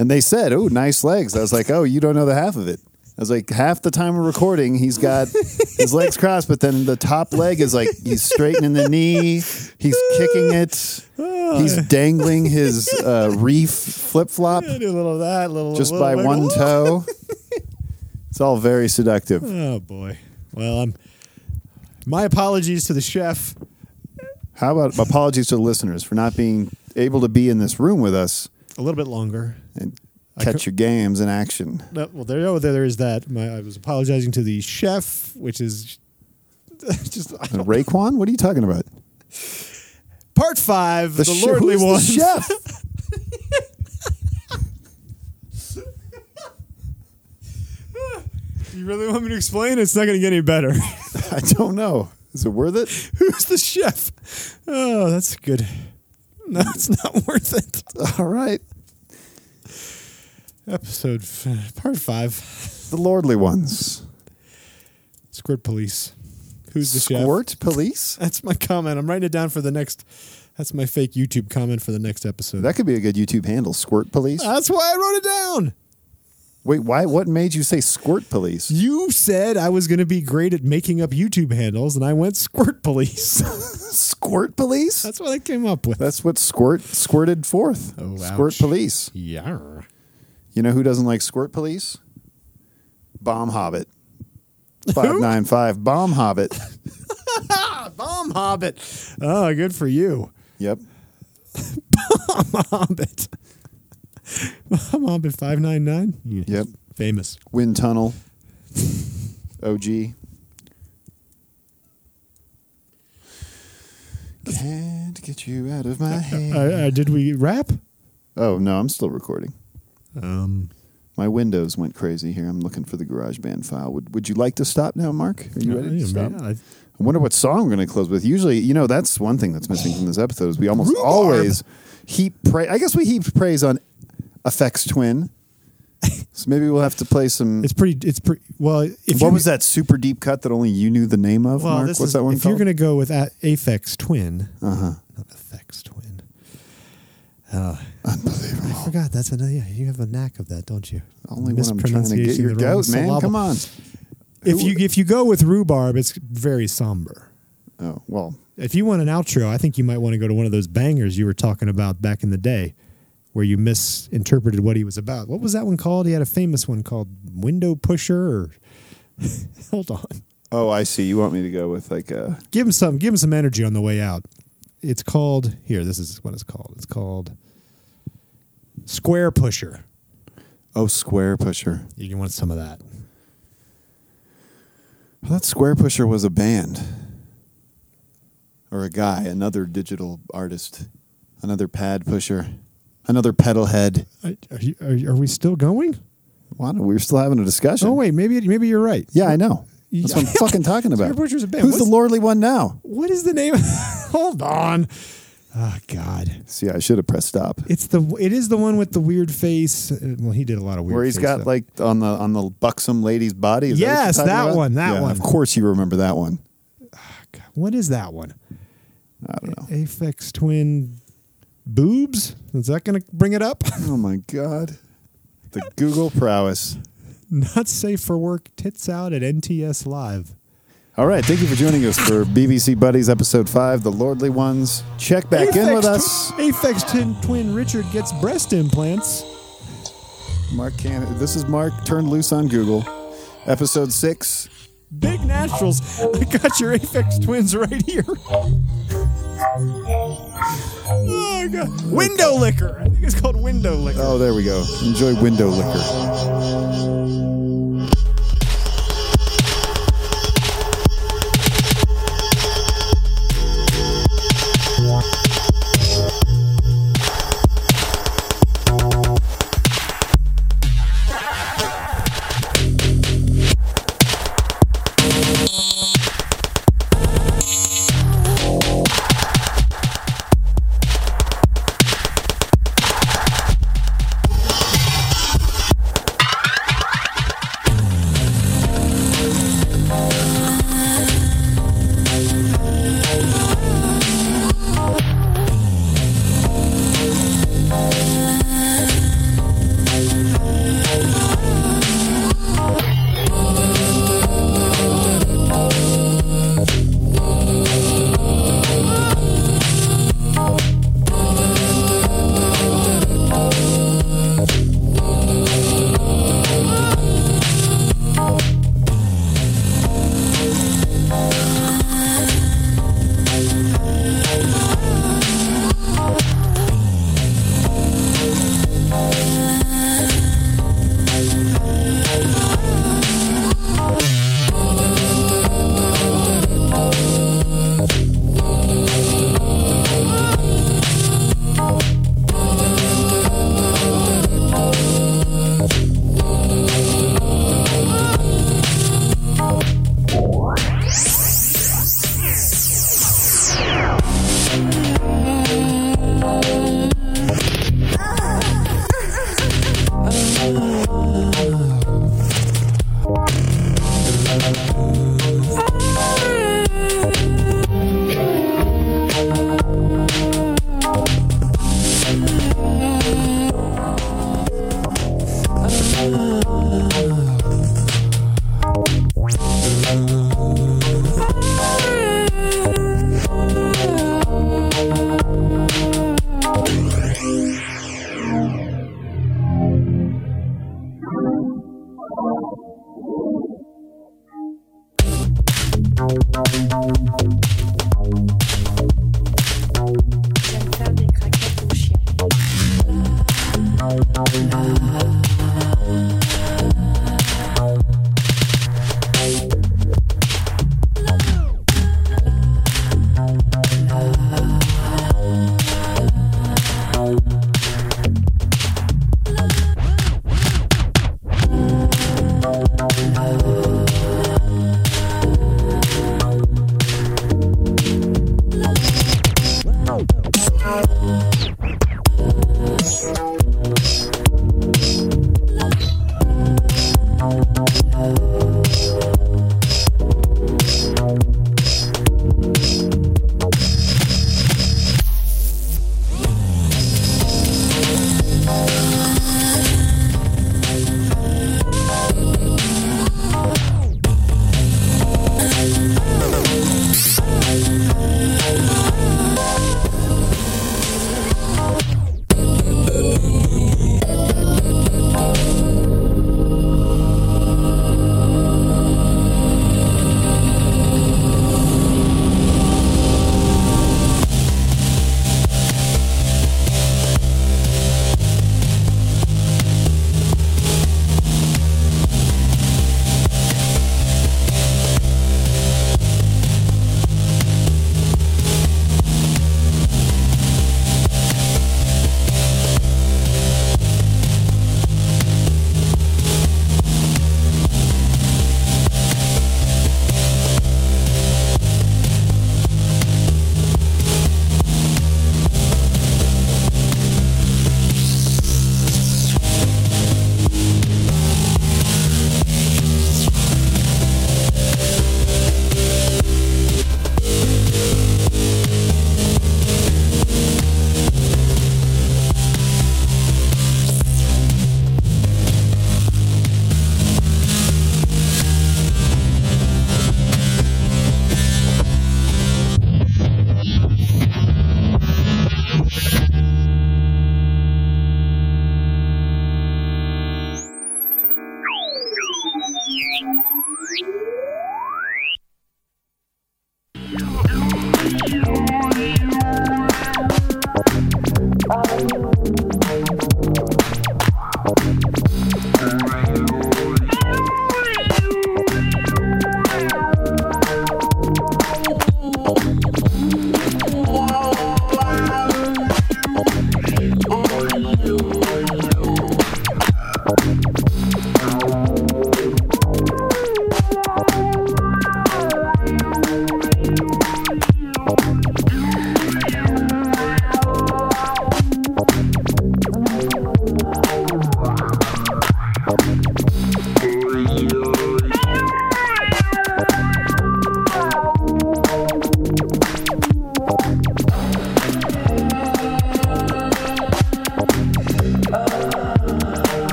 And they said, "Oh, nice legs." I was like, "Oh, you don't know the half of it." I was like, half the time we're recording, he's got his legs crossed, but then the top leg is like he's straightening the knee, he's kicking it, he's dangling his uh, reef flip flop
do a little of that, little
just
little
by
wiggle.
one toe. It's all very seductive.
Oh boy. Well, I'm. My apologies to the chef.
How about apologies to the listeners for not being able to be in this room with us
A little bit longer.
and
I
catch your games in action?
No, well, there, oh, there is that. My, I was apologizing to the chef, which is just I don't-
Raekwon? What are you talking about?
part five. The,
sh-
lordly
who's the
one.
chef.
You really want me to explain? It's not going to get any better.
I don't know. Is it worth it?
Who's the chef? Oh, that's good. No, it's not worth it.
All right.
Episode f- part five.
The lordly ones.
Squirt police. Who's the chef?
Squirt police?
That's my comment. I'm writing it down for the next. That's my fake YouTube comment for the next episode.
That could be a good YouTube handle, squirt police.
That's why I wrote it down.
Wait, why what made you say squirt police?
You said I was going to be great at making up YouTube handles, and I went squirt police.
Squirt police?
That's what I came up with.
That's what squirt squirted forth.
Oh,
squirt
ouch.
police.
Yarr.
You know who doesn't like squirt police? Bomb Hobbit. 595 Bomb Hobbit.
Bomb Hobbit. Oh, good for you.
Yep.
Hobbit. Bomb Hobbit 599?
Yep.
Famous.
Wind Tunnel. OG. Can't get you out of my head.
Uh, uh, did we wrap?
Oh no, I'm still recording.
Um,
My windows went crazy here. I'm looking for the GarageBand file. Would Would you like to stop now, Mark? Are you ready to stop? I wonder what song we're going to close with. Usually, you know, that's one thing that's missing from this episode is we almost
Rhubarb.
always heap praise. I guess we heaped praise on Effects Twin. So maybe we'll have to play some.
It's pretty. It's pretty. Well, if
what
you-
was that super deep cut that only you knew the name of,
Well,
Mark?
this
What's
is-
that one
if
called? Uh-huh.
you're going to go with a- Aphex Twin, uh huh, not Aphex Twin. Unbelievable! I forgot that's another. Yeah, you have a knack of that, don't you?
only when I'm trying to get
Mispronunciation
your
of the wrong
goat, man.
syllable.
Come on.
If you if you go with rhubarb, it's very somber.
Oh well,
If you want an outro, I think you might want to go to one of those bangers you were talking about back in the day, where you misinterpreted what he was about. What was that one called? He had a famous one called Window Pusher. Or hold on.
Oh, I see. You want me to go with like uh, a
give him some give him some energy on the way out. It's called here. This is what it's called. It's called Square Pusher.
oh square pusher.
You can want some of that.
I thought Square Pusher was a band or a guy, another digital artist, another pad pusher, another pedal head.
Are, are, you- are- are we still going?
Why don't- we were still having a discussion.
Oh wait, maybe maybe you're right.
Yeah, I know. That's what I'm fucking talking about.
Pusher's a band.
Who's
What's-
the lordly one now?
What is the name? Hold on. Oh God,
See, I should have pressed stop.
it's the it is the one with the weird face. Uh, Well, he did a lot of weird.
Where
he's
he's got like on the on the buxom lady's body. Is that what you're
Yes,
talking
that
about?
one, that
Yeah,
one.
Of course, you remember that one.
what is that one?
I don't know.
Aphex Twin boobs. Is that going to bring it up?
Oh my god, the Google prowess.
Not safe for work. Tits out at NTS Live.
All right, thank you for joining us for BBC Buddies Episode 5, The Lordly Ones. Check back in with us.
Aphex twin, twin Richard gets breast implants.
Mark can This is Mark turned loose on Google. Episode 6.
Big naturals. I got your Aphex twins right here. oh, God. Window liquor. I think it's called window liquor.
Oh, there we go. Enjoy window liquor.
Bye.